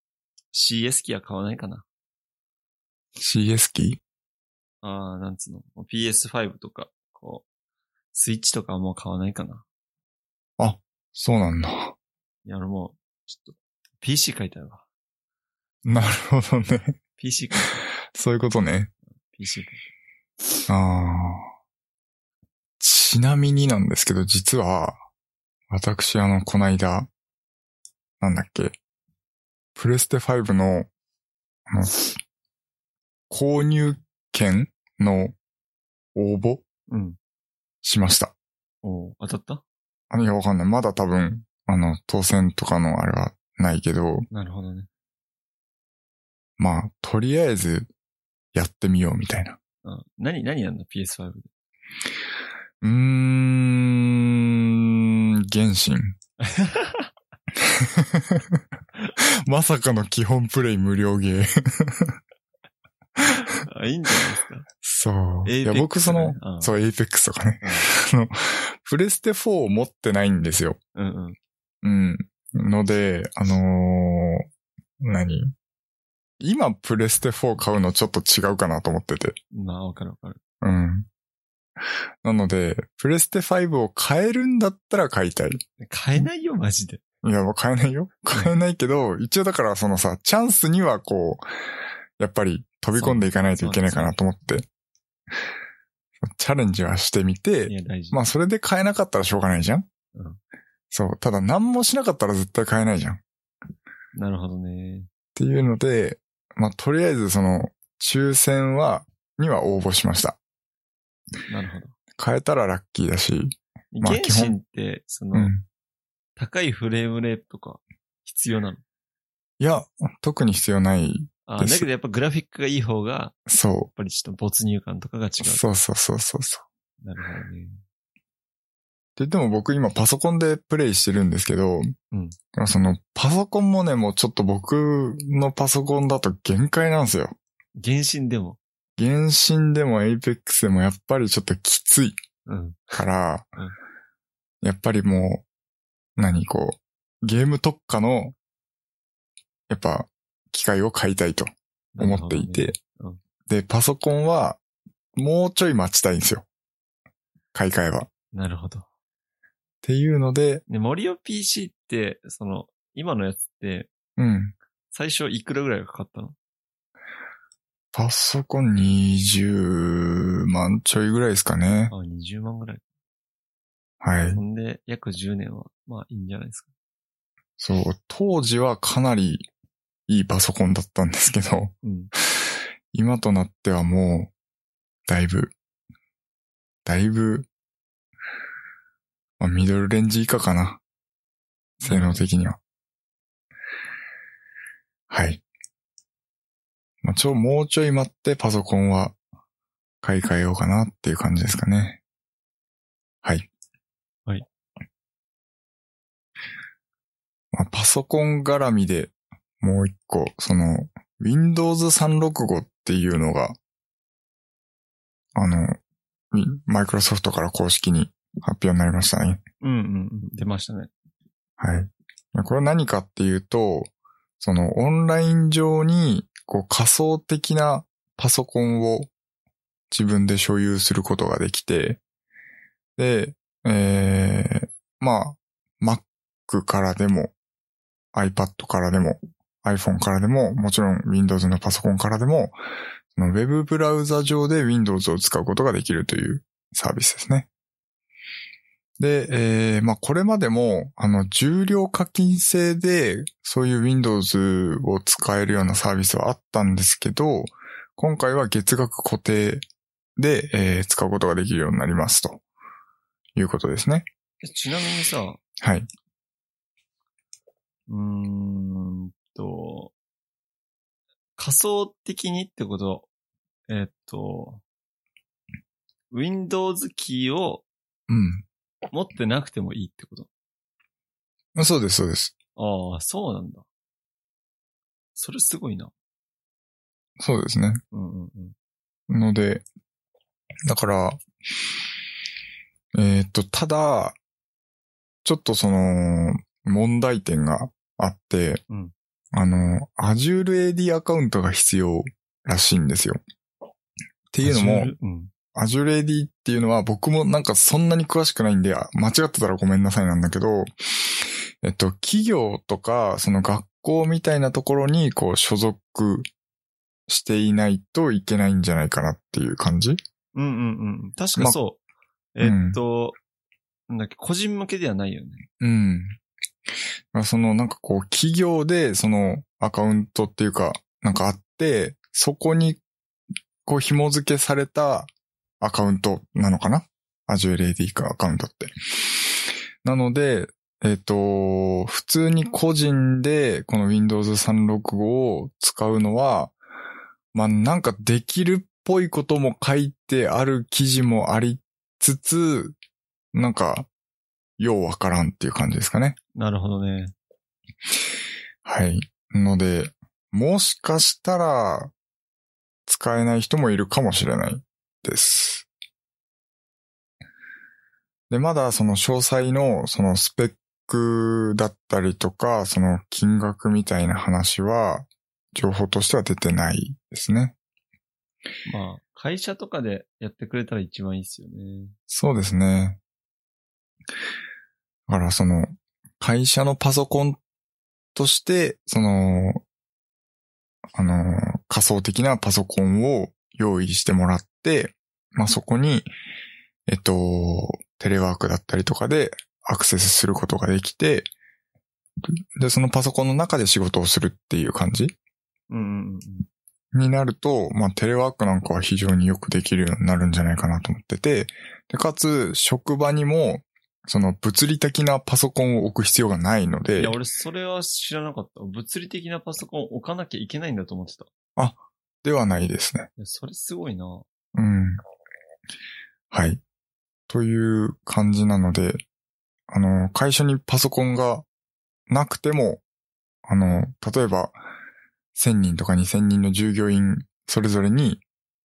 う CS 機は買わないかな。 CS 機ああ、なんつうの。もう PS5 とか、こう、スイッチとかはもう買わないかな。そうなんだ。 [laughs] いや、俺もう、ちょっと、PC 書いてあるわ。なるほどね。 [laughs] PC 書いてある。そういうことね。 PC 書いてああ。ちなみになんですけど、実は、私、あの、こないだ、なんだっけ、プレステ5の、あの、購入券の応あ募る。うん。しました。おう当たったあの、いや、わかんない。まだ多分、あの、当選とかのあれはないけど、なるほどね。まあ、とりあえず、やってみようみたいな。うん。何、何やんの ?PS5 [laughs] で。うーん、原 [laughs] 神。まさかの基本プレイ無料ゲー。あ、いいんじゃないですか。そう。い Apex や、僕そのね、うんそう、エイペックスとかね。あの、プレステ4を持ってないんですよ。うんうん。うん。ので、あのー何今、プレステ4買うのちょっと違うかなと思ってて。まあ、わかるわかる。うん。なので、プレステ5を買えるんだったら買いたい。買えないよ、マジで。いや、もう買えないよ。買えないけど、一応だからそのさ、チャンスにはこう、やっぱり飛び込んでいかないといけないかなと思って、チャレンジはしてみいて、や、大事。まあそれで買えなかったらしょうがないじゃん、うんそう。ただ何もしなかったら絶対買えないじゃん。っなるほどね。ていうので、まあとりあえずその、抽選は、には応募しました。なるほど。買えたらラッキーだし、まあ原神って、その、うん。高いフレームレートとか必要なの。いや、特に必要ない。あでだすけどやっぱグラフィックがいい方が、やっそぱりちょっと没入感とかが違う。う。そうそうそうそうそう。なるほどね。で、でも僕今パソコンでプレイしてるんですけど、うんでもそのパソコンもね、もうちょっと僕のパソコンだと限界なんですよ。原神でも。原神でもエイペックスでもやっぱりちょっときついうん。から、 [laughs] うんやっぱりもう、何こう、ゲーム特化の、やっぱ、機械を買いたいと思っていて、なるほどねで、パソコンは、もうちょい待ちたいんですよ。買い替えは。っなるほど。ていうので、で、森尾 PC って、その、今のやつって、うん。最初いくらぐらいがかかったのパソコン20万ちょいぐらいですかね。あ、20万ぐらい。はいほ。んで、約10年は、まあいいんじゃないですか。そう、当時はかなりいいパソコンだったんですけど、うん。今となってはもう、だいぶ、だいぶ、まあ、ミドルレンジ以下かな。性能的には。はい。まあ、ちょ、もうちょい待ってパソコンは買い替えようかなっていう感じですかね。はい。はい。まあ、パソコン絡みでもう一個、その、 Windows 365っていうのが、あの、マイクロソフトから公式に発表になりましたね。うんうんうん。出ましたね。はい。これは何かっていうと、そのオンライン上にこう仮想的なパソコンを自分で所有することができて、で、えー、まあ、Mac からでも iPad からでも iPhone からでも、もちろん Windows のパソコンからでも、その Web ブラウザ上で Windows を使うことができるというサービスですね。で、えー、まあ、これまでも、あの、重量課金制で、そういう Windows を使えるようなサービスはあったんですけど、今回は月額固定で、えー使うことができるようになりますと。いうことですね。えちなみにさ、はい。うーんと、仮想的にってこと、えっと、Windows キーをう持ってなくてもいいってことん。そうです、そうです。ああ、そうなんだ。それすごいな。そうですね。うんうんうん。ので、だから、えーっと、ただ、ちょっとその、問題点があって、うんあの、Azure AD アカウントが必要らしいんですよ。っていうのも、 Azure うん。 Azure AD っていうのは僕もなんかそんなに詳しくないんで、あ間違ってたらごめんなさいなんだけど、えっと、企業とか、その学校みたいなところにこう所属していないといけないんじゃないかなっていう感じうんうんうん。確かそう。えっと、なんだっけ、個人向けではないよね。うん。まあそのなんかこう企業でそのアカウントっていうかなんかあって、そこにこう紐付けされたアカウントなのかな ?Azure AD かアカウントって。なので、えっ、と、普通に個人でこの Windows 365を使うのは、まあなんかできるっぽいことも書いてある記事もありつつ、なんか、ようわからんっていう感じですかね。なるほどね。はい。ので、もしかしたら、使えない人もいるかもしれないです。で、まだその詳細のそのスペックだったりとか、その金額みたいな話は、情報としては出てないですね。まあ、会社とかでやってくれたら一番いいっすよね。そうですね。だからその、会社のパソコンとして、その、あの、仮想的なパソコンを用意してもらって、まあ、そこに、えっと、テレワークだったりとかでアクセスすることができて、で、そのパソコンの中で仕事をするっていう感じうんうんうんうん。になると、まあ、テレワークなんかは非常によくできるようになるんじゃないかなと思ってて、で、かつ、職場にも、その物理的なパソコンを置く必要がないのいでや、、俺それは知らなかった。物理的なパソコンを置かなきゃいけないんだと思ってた。いではないですね。や、それすごいな。うん。はい。という感じなので、あの、会社にパソコンがなくても、あの、例えば、1000人とか2000人の従業員、それぞれに、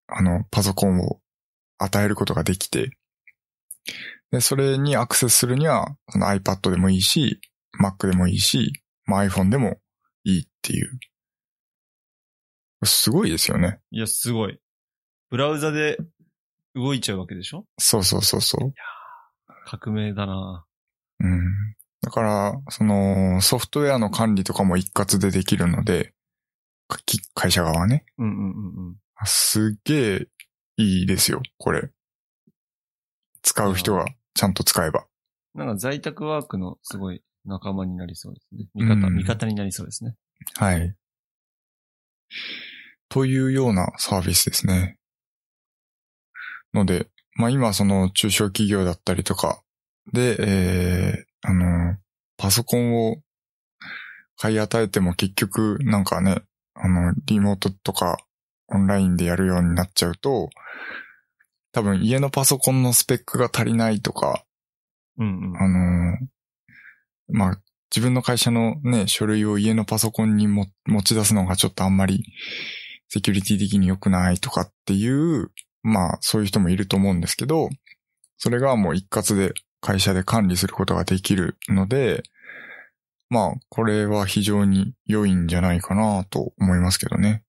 あの、パソコンを与えることができて、で、それにアクセスするには、その iPad でもいいし、Mac でもいいし、まあ iPhone でもいいっていう。すごいですよね。いや、すごい。ブラウザで動いちゃうわけでしょそうそうそうそう。革命だなうん。だから、その、ソフトウェアの管理とかも一括でできるので、かき会社側はね。うんうんうんうん。すっげえいいですよ、これ。使う人がちゃんと使えば。なんか在宅ワークのすごい仲間になりそうですね。味方、うん味方になりそうですね。はい。というようなサービスですね。ので、まあ今その中小企業だったりとかで、えー、あの、パソコンを買い与えても結局なんかね、あの、リモートとかオンラインでやるようになっちゃうと、多分家のパソコンのスペックが足りないとか、うんうん。あのーまあ、自分の会社のね、書類を家のパソコンにも持ち出すのがちょっとあんまりセキュリティ的に良くないとかっていう、まあそういう人もいると思うんですけど、それがもう一括で会社で管理することができるので、まあこれは非常に良いんじゃないかなと思いますけどね。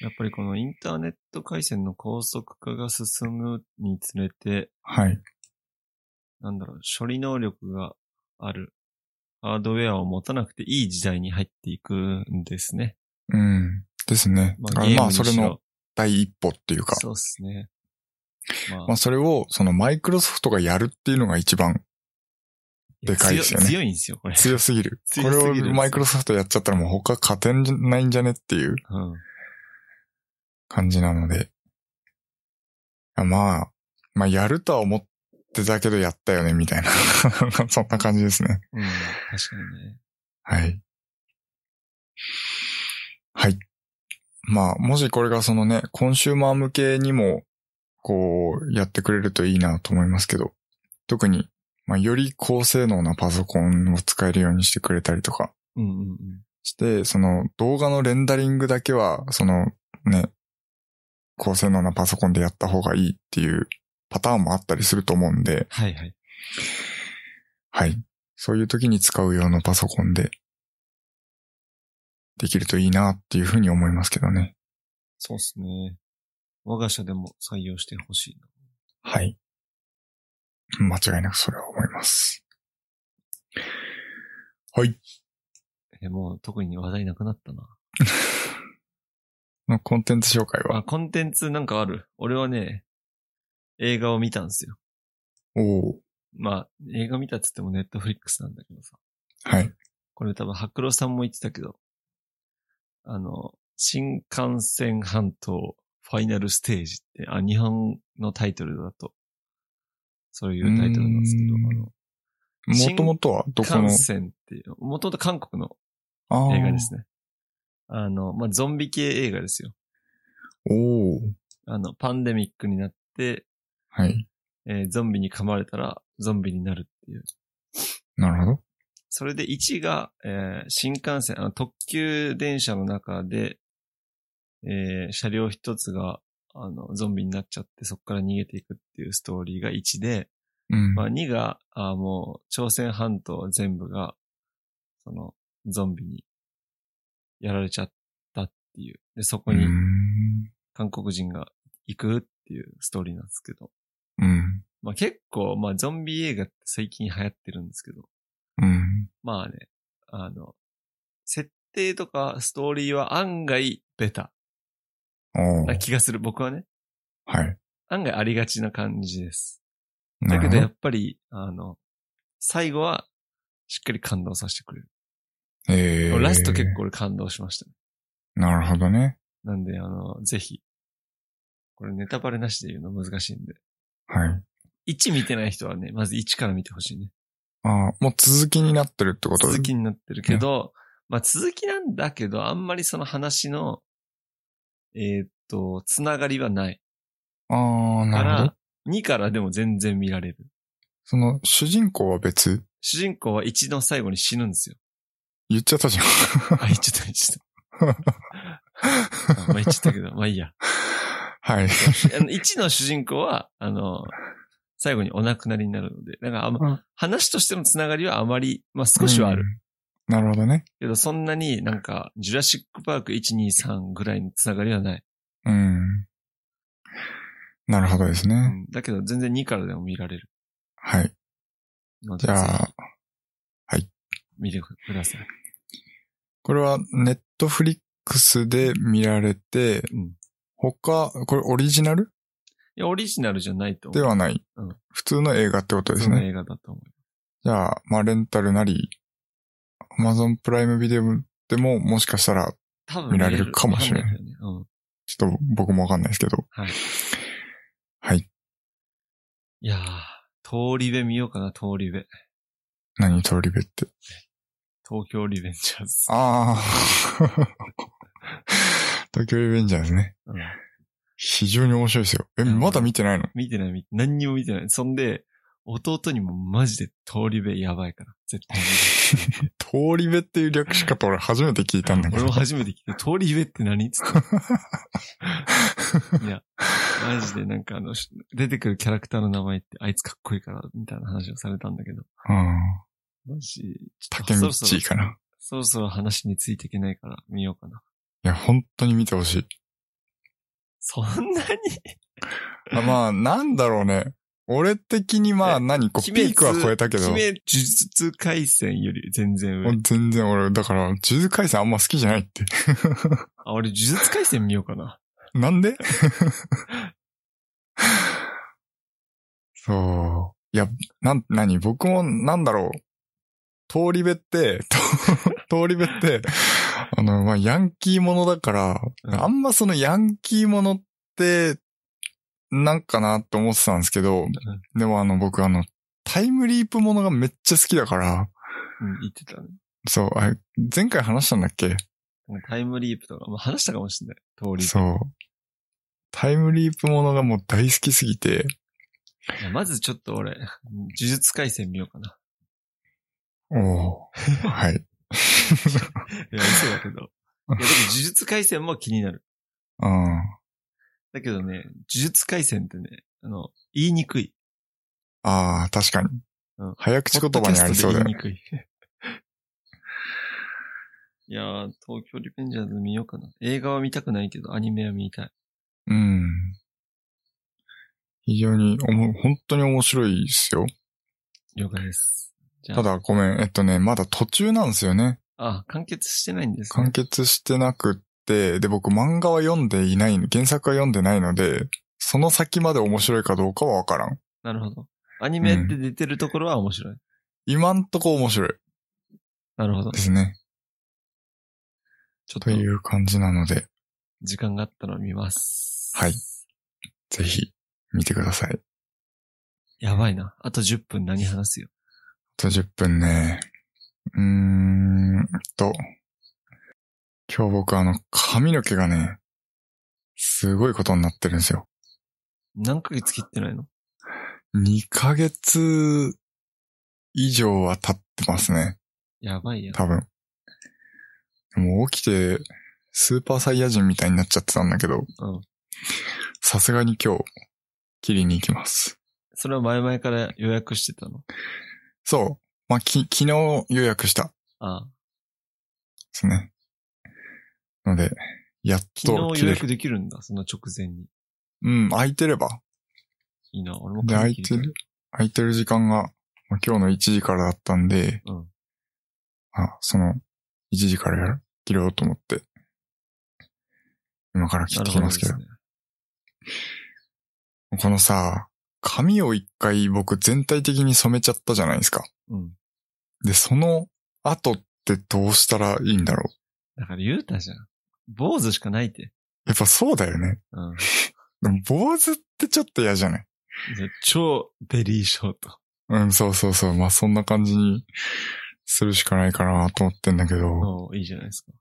やっぱりこのインターネット回線の高速化が進むにつれて、はい。なんだろう、処理能力があるハードウェアを持たなくていい時代に入っていくんですね。うん。ですね。だからゲーまムあにそれしのろ第一歩っていうか、そうですね。まあまあそれをそのマイクロソフトがやるっていうのが一番いやでかいですよね強い強いんですよ、これ。強すぎる。強すぎるこれをマイクロソフトやっちゃったらもう他勝てないんじゃねっていううん。感じなので。あまあ、まあやるとは思ってたけどやったよねみたいな。 [laughs] そんな感じですね。うん。確かにね。はい。はい。まあ、もしこれがそのね、コンシューマー向けにも、こう、やってくれるといいなと思いますけど、特に、まあ、より高性能なパソコンを使えるようにしてくれたりとか、うんうんうん。して、その動画のレンダリングだけは、そのね、高性能なパソコンでやった方がいいっていうパターンもあったりすると思うんで、はいはい。はい。そういう時に使う用のパソコンで、できるといいなっていうふうに思いますけどね。そうですね。我が社でも採用してほしいな。はい。間違いなくそれは思います。え、もう特に話題なくなったな。まあコンテンツ紹介はあ、、コンテンツなんかある。俺はね、映画を見たんですよ。おおまあ、映画見たっつってもネットフリックスなんだけどさ。はい。これ多分、白露さんも言ってたけど、あの、新幹線半島ファイナルステージって、あ、日本のタイトルだと、そういうタイトルなんですけど、うーんあの、もともとはどこの幹、線っていう、もともと韓国のあー映画ですね。あの、まあ、ゾンビ系映画ですよ。おおあの、パンデミックになって、はい。えーゾンビに噛まれたらゾンビになるっていう。なるほど。それで1が、えー新幹線、あの特急電車の中で、えー車両一つが、あの、ゾンビになっちゃって、そこから逃げていくっていうストーリーが1で、うん。まあ、2が、あーもう、朝鮮半島全部が、その、ゾンビにやられちゃったっていう。で、そこにうーん韓国人が行くっていうストーリーなんですけど。うん。まあ、結構、まあ、ゾンビ映画って最近流行ってるんですけど、うん。まあね、あの、設定とかストーリーは案外ベタおーな気がする。僕はね、はい。案外ありがちな感じです。なだるけほどやど。っぱり、あの、最後はしっかり感動させてくれる。えーラスト結。構俺感動しましたね。なるほどね。なんで、あの、ぜひ、これネタバレなしで言うの難しいんで。はい。 1見てない人はね、まず1から見てほしいね。ああ、もう続きになってるってこと続きになってるけど、まあ続きなんだけど、あんまりその話の、えーっと、つながりはない。あかあ、なるほどら。、2からでも全然見られる。その、主人公は別主人公は1の最後に死ぬん [laughs] ですよ。言っちゃったじゃん。 [laughs] あ、言っちゃった、言っちゃった。あまあ言っちゃったけど、まあいいや。はい。あの1の主人公は、あの、最後にお亡くなりになるので、だからあんまうん話としてのつながりはあまり、まあ少しはある。うん。なるほどね。けど、そんなになんか、ジュラシックパーク123ぐらいのつながりはない。うん。なるほどですうね。んだけど、全然2からでも見られるはい。ので、じぜゃひあ、見てください。これはネットフリックスで見られて、うん。い他、これオリジナルや、オリジナルじゃないと思う。ではないうん。普通の映画ってことですそのね。映画だと思う。じゃあ、まあ、レンタルなり、Amazon プライムビデオでももしかしたら、多分見られるかもしれないわかんけどねうん。ちょっと僕もわかんないですけど。はい。はい。いやー、通り部見ようかな、通り部。何、通り部って。東京リベンジャーズ。ああ。 [laughs] 東京リベンジャーズね。うん非常に面白いですよ。え、まだ見てないの [laughs] 見てない、見て何にも見てない。そんで、弟にもマジで通り部やばいから、絶 [laughs] 対に。通り部っていう略し方俺初めて聞いたんだけ俺ども。初めて聞いて、通り部って何つ [laughs] って。いや、マジでなんかあの、し出てくるキャラクターの名前ってあいつかっこいいから、みたいな話をされたんだけど、うん。マジ、竹道かな。そろそろ話についていけないから見ようかな。いや、本当に見てほしい。そんなにあまあ、なんだろうね。俺的にまあえ何、こう、ピークは超えたけど、鬼もう滅術回戦より全然上。全然俺、だから、呪術回戦あんま好きじゃないって。 [laughs] あ、俺呪術回戦見ようかな。なんで [laughs] そう。いや、なん、何僕も、なんだろう。通り部って、と [laughs] 通り部って、あの、まあ、ヤンキーものだから、うんあんまそのヤンキーものって、なんかなって思ってたんですけど、でもあの、僕あの、タイムリープものがめっちゃ好きだから、うん、言ってたね。そう、あれ前回話したんだっけタイムリープとか、まあ、話したかもしれない。通り部。そう。タイムリープものがもう大好きすぎて、いやまずちょっと俺、うん呪術回戦見ようかな。おお [laughs] はい。 [laughs] いや、嘘だけど。いや、でも呪術回戦も気になる。うん。だけどね、呪術回戦ってね、あの、言いにくい。ああ、確かにうん。早口言葉にありそうだポッドキャストでよ言いね。にくい。 [laughs] いやー、東京リベンジャーズ見ようかな。映画は見たくないけど、アニメは見たい。うん。非常におも、本当に面白いですよ。了解です。じゃあ、ただごめん、えっとね、まだ途中なんですよね。あ、完結してないんです、ね完。結してなくって、で、僕漫画は読んでいない、原作は読んでないので、その先まで面白いかどうかはわからん。なるほど。アニメって出てるところは面白い。今んとこ面白いなるほど。でちすね。ょっとという感じなので、時間があったら見ます。はい。ぜひ見てください。やばいな。あと10分何話すよ。あと10分ね。うーんと。今日僕あの、髪の毛がね、すごいことになってるんですよ。何ヶ月切ってないの2ヶ月以上は経ってますね。やばいやん。多分。もう起きて、スーパーサイヤ人みたいになっちゃってたんだけうど、ん。さすがに今日、切りに行きます。それは前々から予約してたの。そう。まあ、き、昨日予約した。でああすね。ので、やっと昨日切予れる。約できるんだ。その直前に。うん、空いてれば。いいな。俺もで、空髪い切てりたる、空いてる時間が、まあ今日の1時からだったんで、うんあ、その、1時からやる、切ろうと思って、今から切ってきますけどなるほどで。ねこのさ、髪を一回僕全体的に染めちゃったじゃないですか。うん。で、その後ってどうしたらいいんだろう。だから言うたじゃん。坊主しかないって。やっぱそうだよね。うん。 [laughs] でも坊主ってちょっと嫌じゃないじゃあ超ベリーショート。うん、そうそうそう。まあ、そんな感じにするしかないかなと思ってんだけど、おーいいじゃないですか。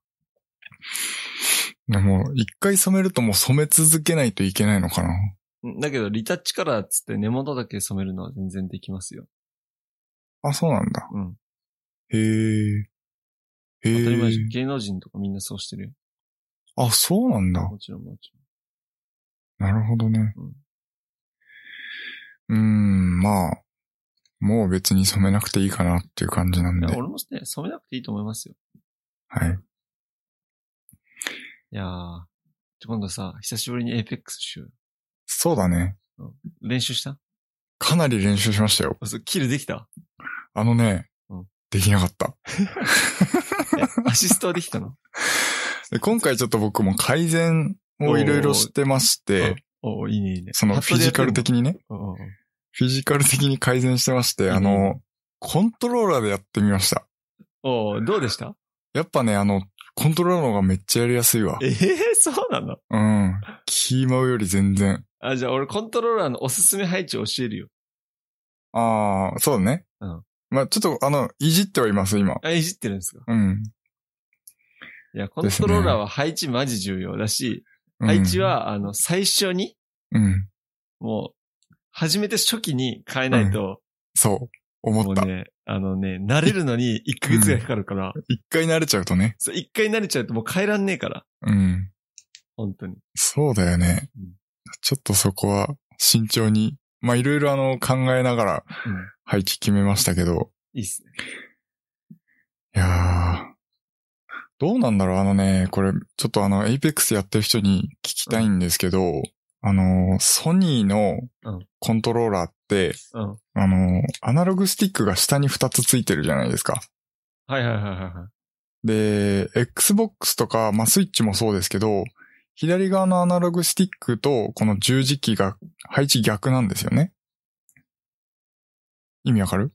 でも、一回染めるともう染め続けないといけないのかなうんだけど、リタッチカラーっつって根元だけ染めるのは全然できますよ。あ、そうなんだ。うん。へえ。へ当たり前じゃんえ。芸能人とかみんなそうしてるよ。あ、そうなんだ。もちろんもちなるほどね。うーん、まあ、もう別に染めなくていいかなっていう感じなろんん。いで。や、俺もね、染めなくていいと思いますよ。はい。いやー。ちょ今度さ、久しぶりにエイペックスしようよそうだね。練習したかなり練習しましたよ。あそうキルできたあのね、うんできなかった。え [laughs] アシストはできたので今回ちょっと僕も改善をいろいろしてまして、おおいいねいいね。そのフィジカル的に。にね、うんうんフィジカル的に改善してまして、あうの、コントローラーでやってみました。おおどうでしたやっぱね、あの、コントローラーの方がめっちゃやりやすいわえ。えそうなのうん。キーマウより全然。あ、じゃあ俺コントローラーのおすすめ配置教えるよ。ああ、そうだね。うんまあちょっと、あの、いじってはいます、今。あ、いじってるんですかうん。いや、コントローラーは配置マジ重要だし、うん配置、は、あの、最初に、うん。もう、初めて初期に変えないと、そう、思っもたう。ね、あのね、慣れるのに1ヶ月ぐらいかかるから、一回慣れちゃうとね。そう一回慣れちゃうともう帰らんねえから、うん。本当に。そうだよねうん。ちょっとそこは慎重に、まあいろいろあの考えながらうん廃棄決めましたけど、いいっすね。いやー、どうなんだろうあのね、これちょっとあの APEX やってる人に聞きたいんですけど、あの、ソニーのうんコントローラーって、うん。あの、アナログスティックが下に2つついてるじゃないですか。はいはいはいはで、Xbox とか、まあ、スイッチもそうですけど、左側のアナログスティックと、この十字キーが配置逆なんですよね。意味わかる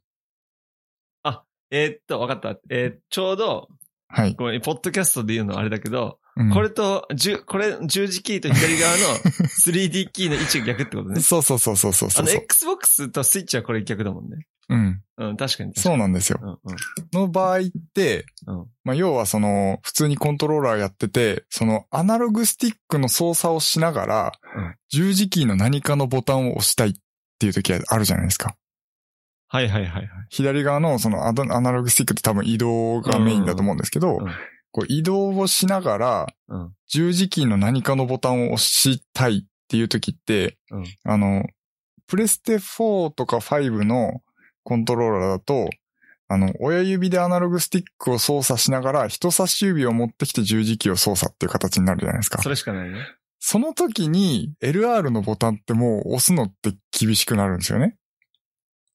い。えーっと、わかった。えーちょうど、はい。ごめん、ポッドキャストで言うのはあれだけど、うんこれと、じゅ、これ、十字キーと左側の [laughs] 3D キーの位置が逆ってことね。そうそうそうそうそうあそうの、。Xbox とスイッチはこれ逆だもんね。うん。うん、確かに。そうなんですよ。うんうん。の場合って、うんまあ、要はその、普通にコントローラーやってて、その、アナログスティックの操作をしながら、うん十字キーの何かのボタンを押したいっていう時はあるじゃないですか。はいはいはいはい。左側のそのアドアナログスティックって多分移動がメインだと思うんですけど、うんうんこう移動をしながらうん、十字キーの何かのボタンを押したいっていう時って、うんあの、プレステ4とか5のコントローラーだと、あの、親指でアナログスティックを操作しながら、人差し指を持ってきて十字キーを操作っていう形になるじゃないですかそ。れしかないね。その時に LR のボタンってもう押すのって厳しくなるんですよね。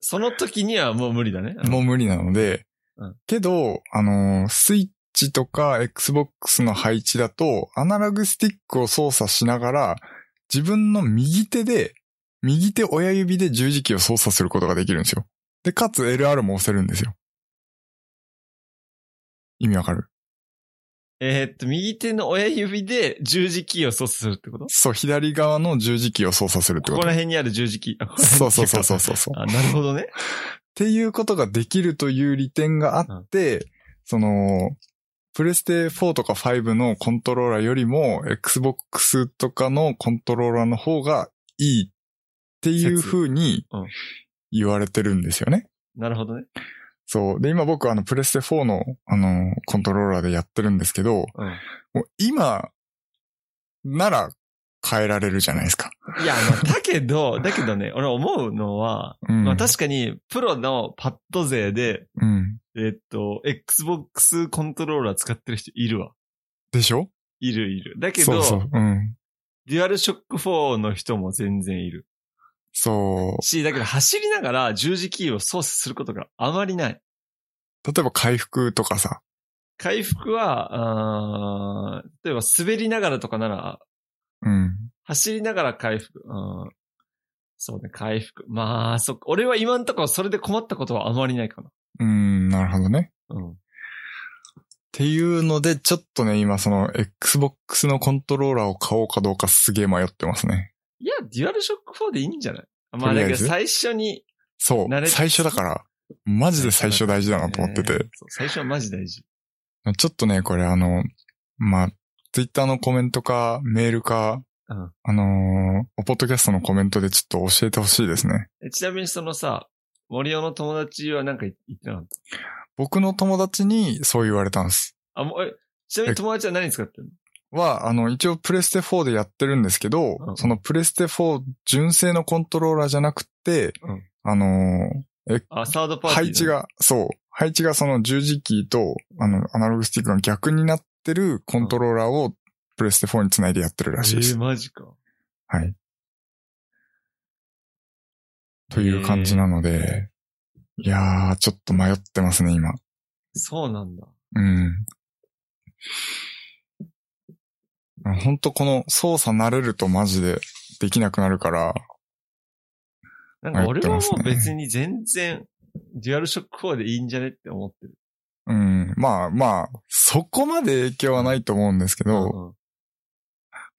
その時にはもう無理だね。もう無理なので、うんけど、あのー、スイッチとか Xbox の配置だと、アナログスティックを操作しながら、自分の右手で、右手親指で十字キーを操作することができるんですよ。で、かつ LR も押せるんですよ。意味わかるえーっと、右手の親指で十字キーを操作するってことそう、左側の十字キーを操作するってここことら。辺にある十字キー。あここらそ辺うにそうそうそうそうそう。あ、なるほどね。っていうことができるという利点があって、その、プレステ4とか5のコントローラーよりも、Xbox とかのコントローラーの方がいいっていう風にうん言われてるんですよね。なるほどね。そう。で、今僕あの、プレステ4の、あの、コントローラーでやってるんですけど、うん。もう今、なら変えられるじゃないですか。いや、まあ、だけ [laughs] ど、だけどね、俺思うのは、うん。まあ確かに、プロのパッド勢で、うん。えっと、Xbox コントローラー使ってる人いるわ。でしょいるいる。だけど、そうそう。うん。デュアルショック4の人も全然いる。そう。し、だけど走りながら十字キーを操作することがあまりない。例えば回復とかさ。回復は、あー例えば滑りながらとかなら、うん。走りながら回復、うん、そうね、回復。まあ、そっか、俺は今んところそれで困ったことはあまりないかな。うーん、なるほどね。っうん。ていうので、ちょっとね、今その Xbox のコントローラーを買おうかどうかすげえ迷ってますね。いや、デュアルショック4でいいんじゃないまあ、とりだあえけずど最初に。そ慣れう。て最初だから、マジで最初大事だなと思ってえーて。そう最初はマジ大事。ちょっとね、これあの、まあ、Twitter のコメントか、メールか、うんあのー、ポッドキャストのコメントでちょっと教えてほしいですね。えちなみにそのさ、森尾の友達はなんか言ってなかっ僕の友達にそう言われたんです。た。あ、もう、えちなみに友達は何使ってるのは、あの、一応プレステ4でやってるんですけど、うんそのプレステ4純正のコントローラーじゃなくて、うんあのー、あ、サードパーティー。配置。が、そう、配置がその十字キーと、あの、アナログスティックが逆になってるコントローラーをプレステ4につないでやってるえらしいですー、。マジか。はい。という感じなので、いやー、ちょっと迷ってますね、今。そうなんだ。うん。ほんとこの操作慣れるとマジでできなくなるから、なんか俺は迷ってもまうすね別に全然、デュアルショック4でいいんじゃねって思ってる。うん、まあまあ、そこまで影響はないと思うんですけうど、んうん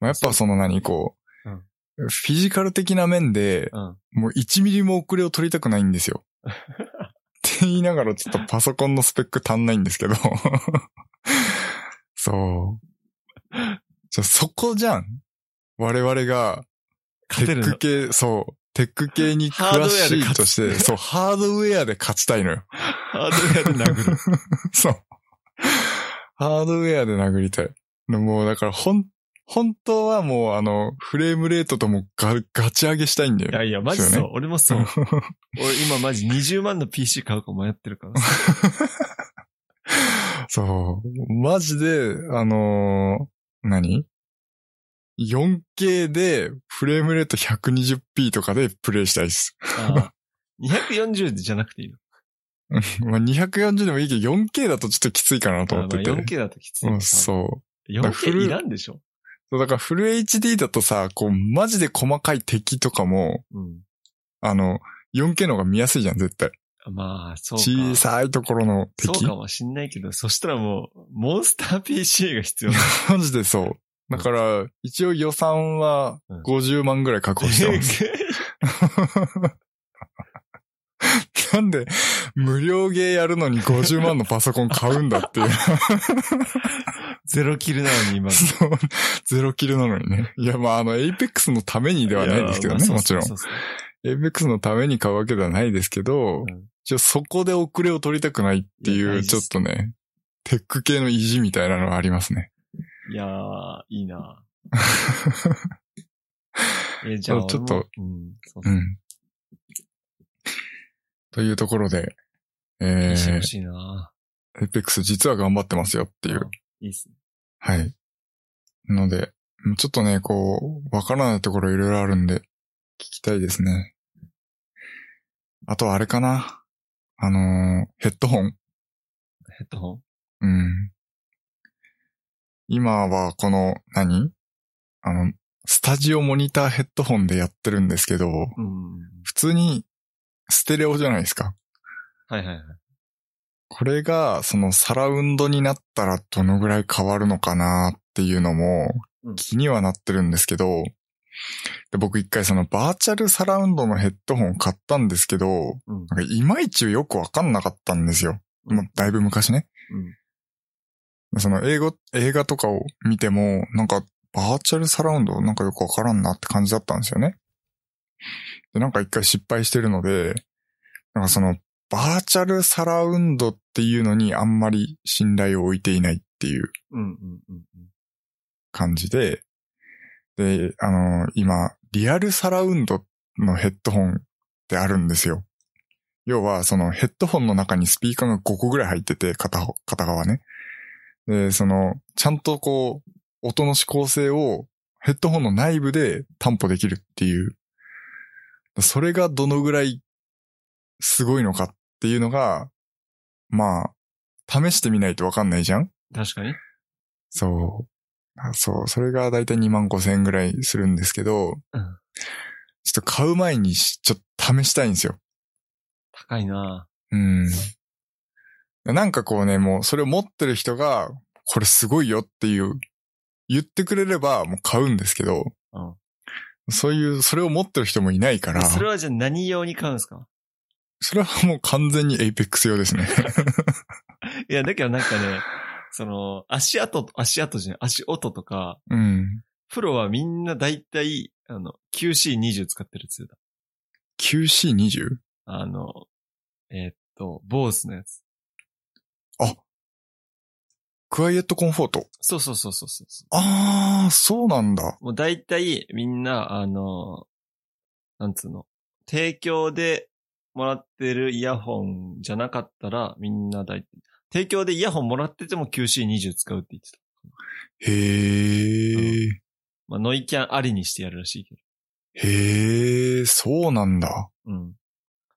まあ、やっぱその何こう、うんフィジカル的な面で、うんもう1ミリも遅れを取りたくないんですよ。って言いながらちょっとパソコンのスペック足んないんですけど。そう。じゃあそこじゃん。我々が、勝てるテッのク系、そう、テック系に詳しいとして、ハードウェアで勝つそう、ハードウェアで勝ちたいのよ。ハードウェアで殴る。そう。ハードウェアで殴りたい。もうだから、ほん、本当はもうあの、フレームレートともガガチ上げ [laughs] したいんだいやよ。いや、マジそそうう。ね俺も [laughs] そう。俺今マジ20万の PC 買うか迷ってるからさ。そう。マジで、あのー何 ?4K でフレームレート 120p とかでプレイしたいっす。 [laughs] ああ240じゃなくていいの。まあ、240でもいいけど、4K だとちょっときついかなとあま思あってて。 4K だときついうんか。そう。からフ 4K ルいらんでしょ。そう、だからフル HD だとさ、こう、マジで細かい敵とかも、うん。あの、4K の方が見やすいじゃん、絶対。まあ、そうか。小さいところのそう敵か。もしんないけど、そしたらもう、モンスター PC が必要なマジでそう。だから、一応予算はうん50万ぐらい確保して [laughs] ます。いなんで、無料ゲーやるのに50万のパソコン買うんだっ [laughs] ていう。ゼロキルなのに今。そうゼロキルなのにね。いや、まあ、あの、Apex のためにではないですけどいね、やまあもちろんそ。うそうそうそう Apex のために買うわけではないですけど、うん一応そこで遅れを取りたくないっていやい大う、事ちでょっすとね、テック系の意地みたいなのはありますね。いやー、いい [laughs] なえ、じゃあ、ちょっと俺も。うん、そううそう。ん。というところで、えしてーほ、しいな Apex 実は頑張ってますよっていう。いいっすね。はい。ので、ちょっとね、こう、わからないところいろいろあるんで、聞きたいですね。あとあれかな。あのーヘッドホン。ヘッドホン。うん。今はこの、何あの、スタジオモニターヘッドホンでやってるんですけど、うん。普通にステレオじゃないですか。はいはいはい。これが、そのサラウンドになったらどのぐらい変わるのかなっていうのもうん気にはなってるんですけど、で僕一回そのバーチャルサラウンドのヘッドホンを買ったんですけど、うん。なんかいまいちよくわかんなかったんですよ。うんまあ、だいぶ昔ね。その英語、映画とかを見ても、なんかバーチャルサラウンドなんかよくわからんなって感じだったんですよね。で、なんか一回失敗してるので、なんかそのバーチャルサラウンドっていうのにあんまり信頼を置いていないっていううんうんうんうん。感じで、で、あの、今、リアルサラウンドのヘッドホンってあるんですよ。要は、そのヘッドホンの中にスピーカーが5個ぐらい入ってて、片方片側ね。で、その、ちゃんとこう、音の指向性をヘッドホンの内部で担保できるっていう。それがどのぐらいすごいのかっていうのが、まあ、試してみないとわかんないじゃん確かに。そう。あそう。それがだいたい2万5千円ぐらいするんですけど、うんちょっと買う前にしちょっと試したいんですよ。高いなうん。なんかこうね、もうそれを持ってる人が、これすごいよっていう、言ってくれればもう買うんですけど、うんそういう、それを持ってる人もいないから、それはじゃあ何用に買うんですかそれはもう完全にエイペックス用で [laughs] すね。いや、だけどなんかね、その、足跡、足跡じゃない、足音とか、うん。プロはみんな大体、あの、QC20 使ってるやつだ。 QC20? あの、えーっと、ボースのやつ。クワイエットコンフォート。そうそうそうそうそうそあー、そうなんだ。う。もう大体みんな、あの、なんつうの、提供でもらってるイヤホンじゃなかったら、みんな大体、提供でイヤホンもらってても QC20 使うって言ってた。へー。まあ、ノイキャンありにしてやるらしいけど。へえ、そうなんだ。うん。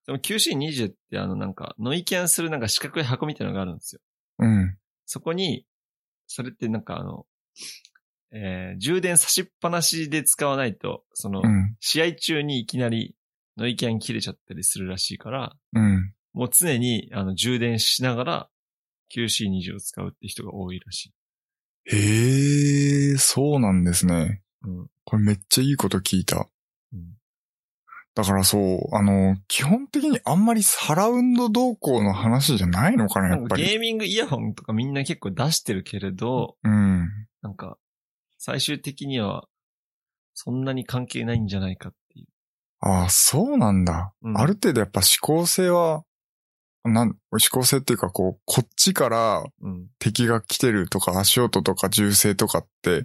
でも QC20 ってあのなんか、ノイキャンするなんか四角い箱みたいなのがあるんですよ。うん。そこに、それってなんかあの、えー充電差しっぱなしで使わないと、そのう、ん。試合中にいきなりノイキャン切れちゃったりするらしいから、うん。もう常にあの充電しながら QC20 を使うって人が多いらしい。へえ、そうなんですね。うん。これめっちゃいいこと聞いた。うんだからそう、あの、基本的にあんまりサラウンド動向の話じゃないのかな、やっぱり。ゲーミングイヤホンとかみんな結構出してるけれど、うん。なんか、最終的には、そんなに関係ないんじゃないかっていう。ああ、そうなんだ。うんある程度やっぱ指向性は、なん、指向性っていうかこう、こっちからうん。敵が来てるとか足音とか銃声とかって、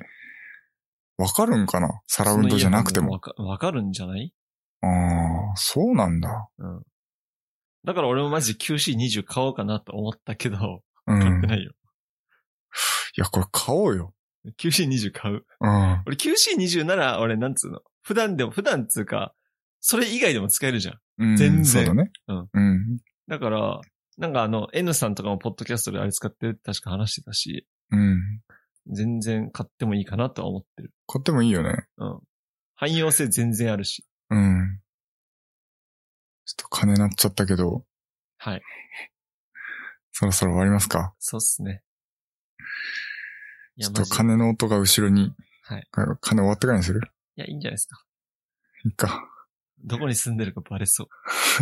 わかるんかなサラウンドじゃなくても。そのイヤホンわかわかるんじゃないああ、そうなんだ。だから俺もマジ QC20 買おうかなと思ったけど、う買っんて。ないよ。いや、これ買おうよ。 QC20 買う。うん。俺 QC20 なら、俺なんつうの普段でも、普段つうか、それ以外でも使えるじゃん。うん全然そうだね。うん。うん。だから、なんかあの、N さんとかもポッドキャストであれ使ってるって確か話してたし、うん。全然買ってもいいかなとは思ってる。買ってもいいよね。汎用性全然あるし。うん。ちょっと金なっちゃったけど、はい。そろそろ終わりますかそうっすね。いちや、ょっマとジ。い金の音が後ろに、はいか金終わってからにするや、いいんじゃないですか。いいか。 [laughs] どこに住んでるかバレそう。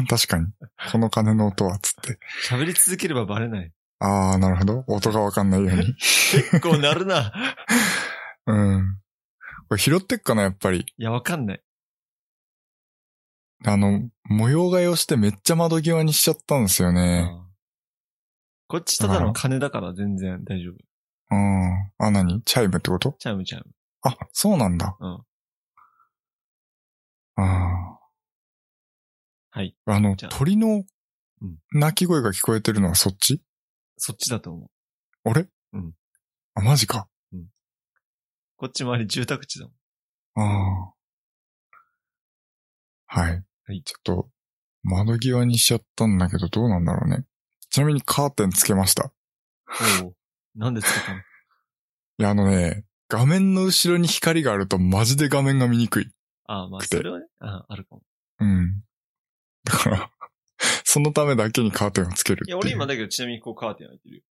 確かに。この金の音は、つって。喋り続ければバレない。あー、なるほど。音がわかんないよ [laughs] うに。結構なるな。うん。これ拾ってっかな、やっぱり。 [laughs] いや、わかんない。あの、模様替えをしてめっちゃ窓際にしちゃったんですよね。うんこっちただの金だから全然大丈夫。うん。あ、何チャイムってことチャイムチャイム。あ、そうなんだ。うんあはい。ー。あの、じゃあ鳥のうん鳴き声が聞こえてるのはそっちそっちだと思う。あれうん。あ、マジか。こっち周り住宅地だもん。ああ。はい。はいちょっと、窓際にしちゃったんだけど、どうなんだろうね。ちなみにカーテンつけました。 [laughs] おうなんでつけたのいや、あのね、画面の後ろに光があるとマジで画面が見にくい。ああ、まあ、くてそれはね、ああるかも。うん。だから、 [laughs] そのためだけにカーテンをつけるいっていや、う。俺今だけどちなみにこうカーテン開いてるよ。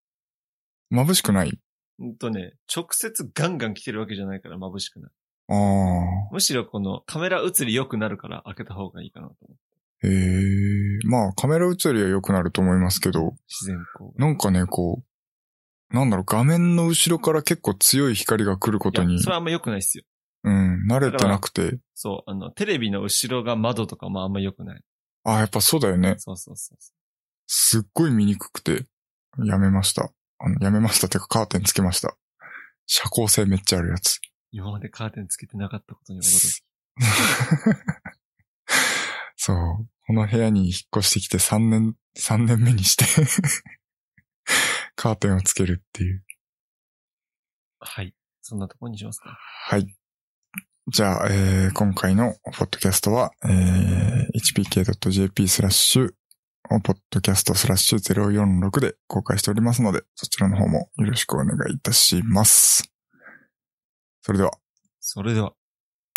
眩しくないうんとね、直接ガンガン来てるわけじゃないから眩しくない。ああ。むしろこのカメラ映り良くなるから開けた方がいいかなと思う。ええまあ、カメラ映りは良くなると思いますけど、自然光が。なんかね、こう、なんだろう、画面の後ろから結構強い光が来ることいにや、それはあんま良くないっすよ。うん、慣れてなくて。そう、あの、テレビの後ろが窓とかもあんま良くない。あ、やっぱそうだよね。そうそうそうそすっごい見にくくて、やめました。あのやめましたってかカーテンつけました。遮光性めっちゃあるやつ。う。今までカーテンつけてなかったことに驚き。 [laughs] そう。この部屋に引っ越してきて3年、3年目にして、 [laughs] カーテンをつけるっていう。はい。そんなとこにしますか。はい。じゃあ、えー今回のポッドキャストは、えー hpk.jp スラッシュ、ポッドキャストスラッシュ046で公開しておりますので、そちらの方もよろしくお願いいたします。それでは。それでは。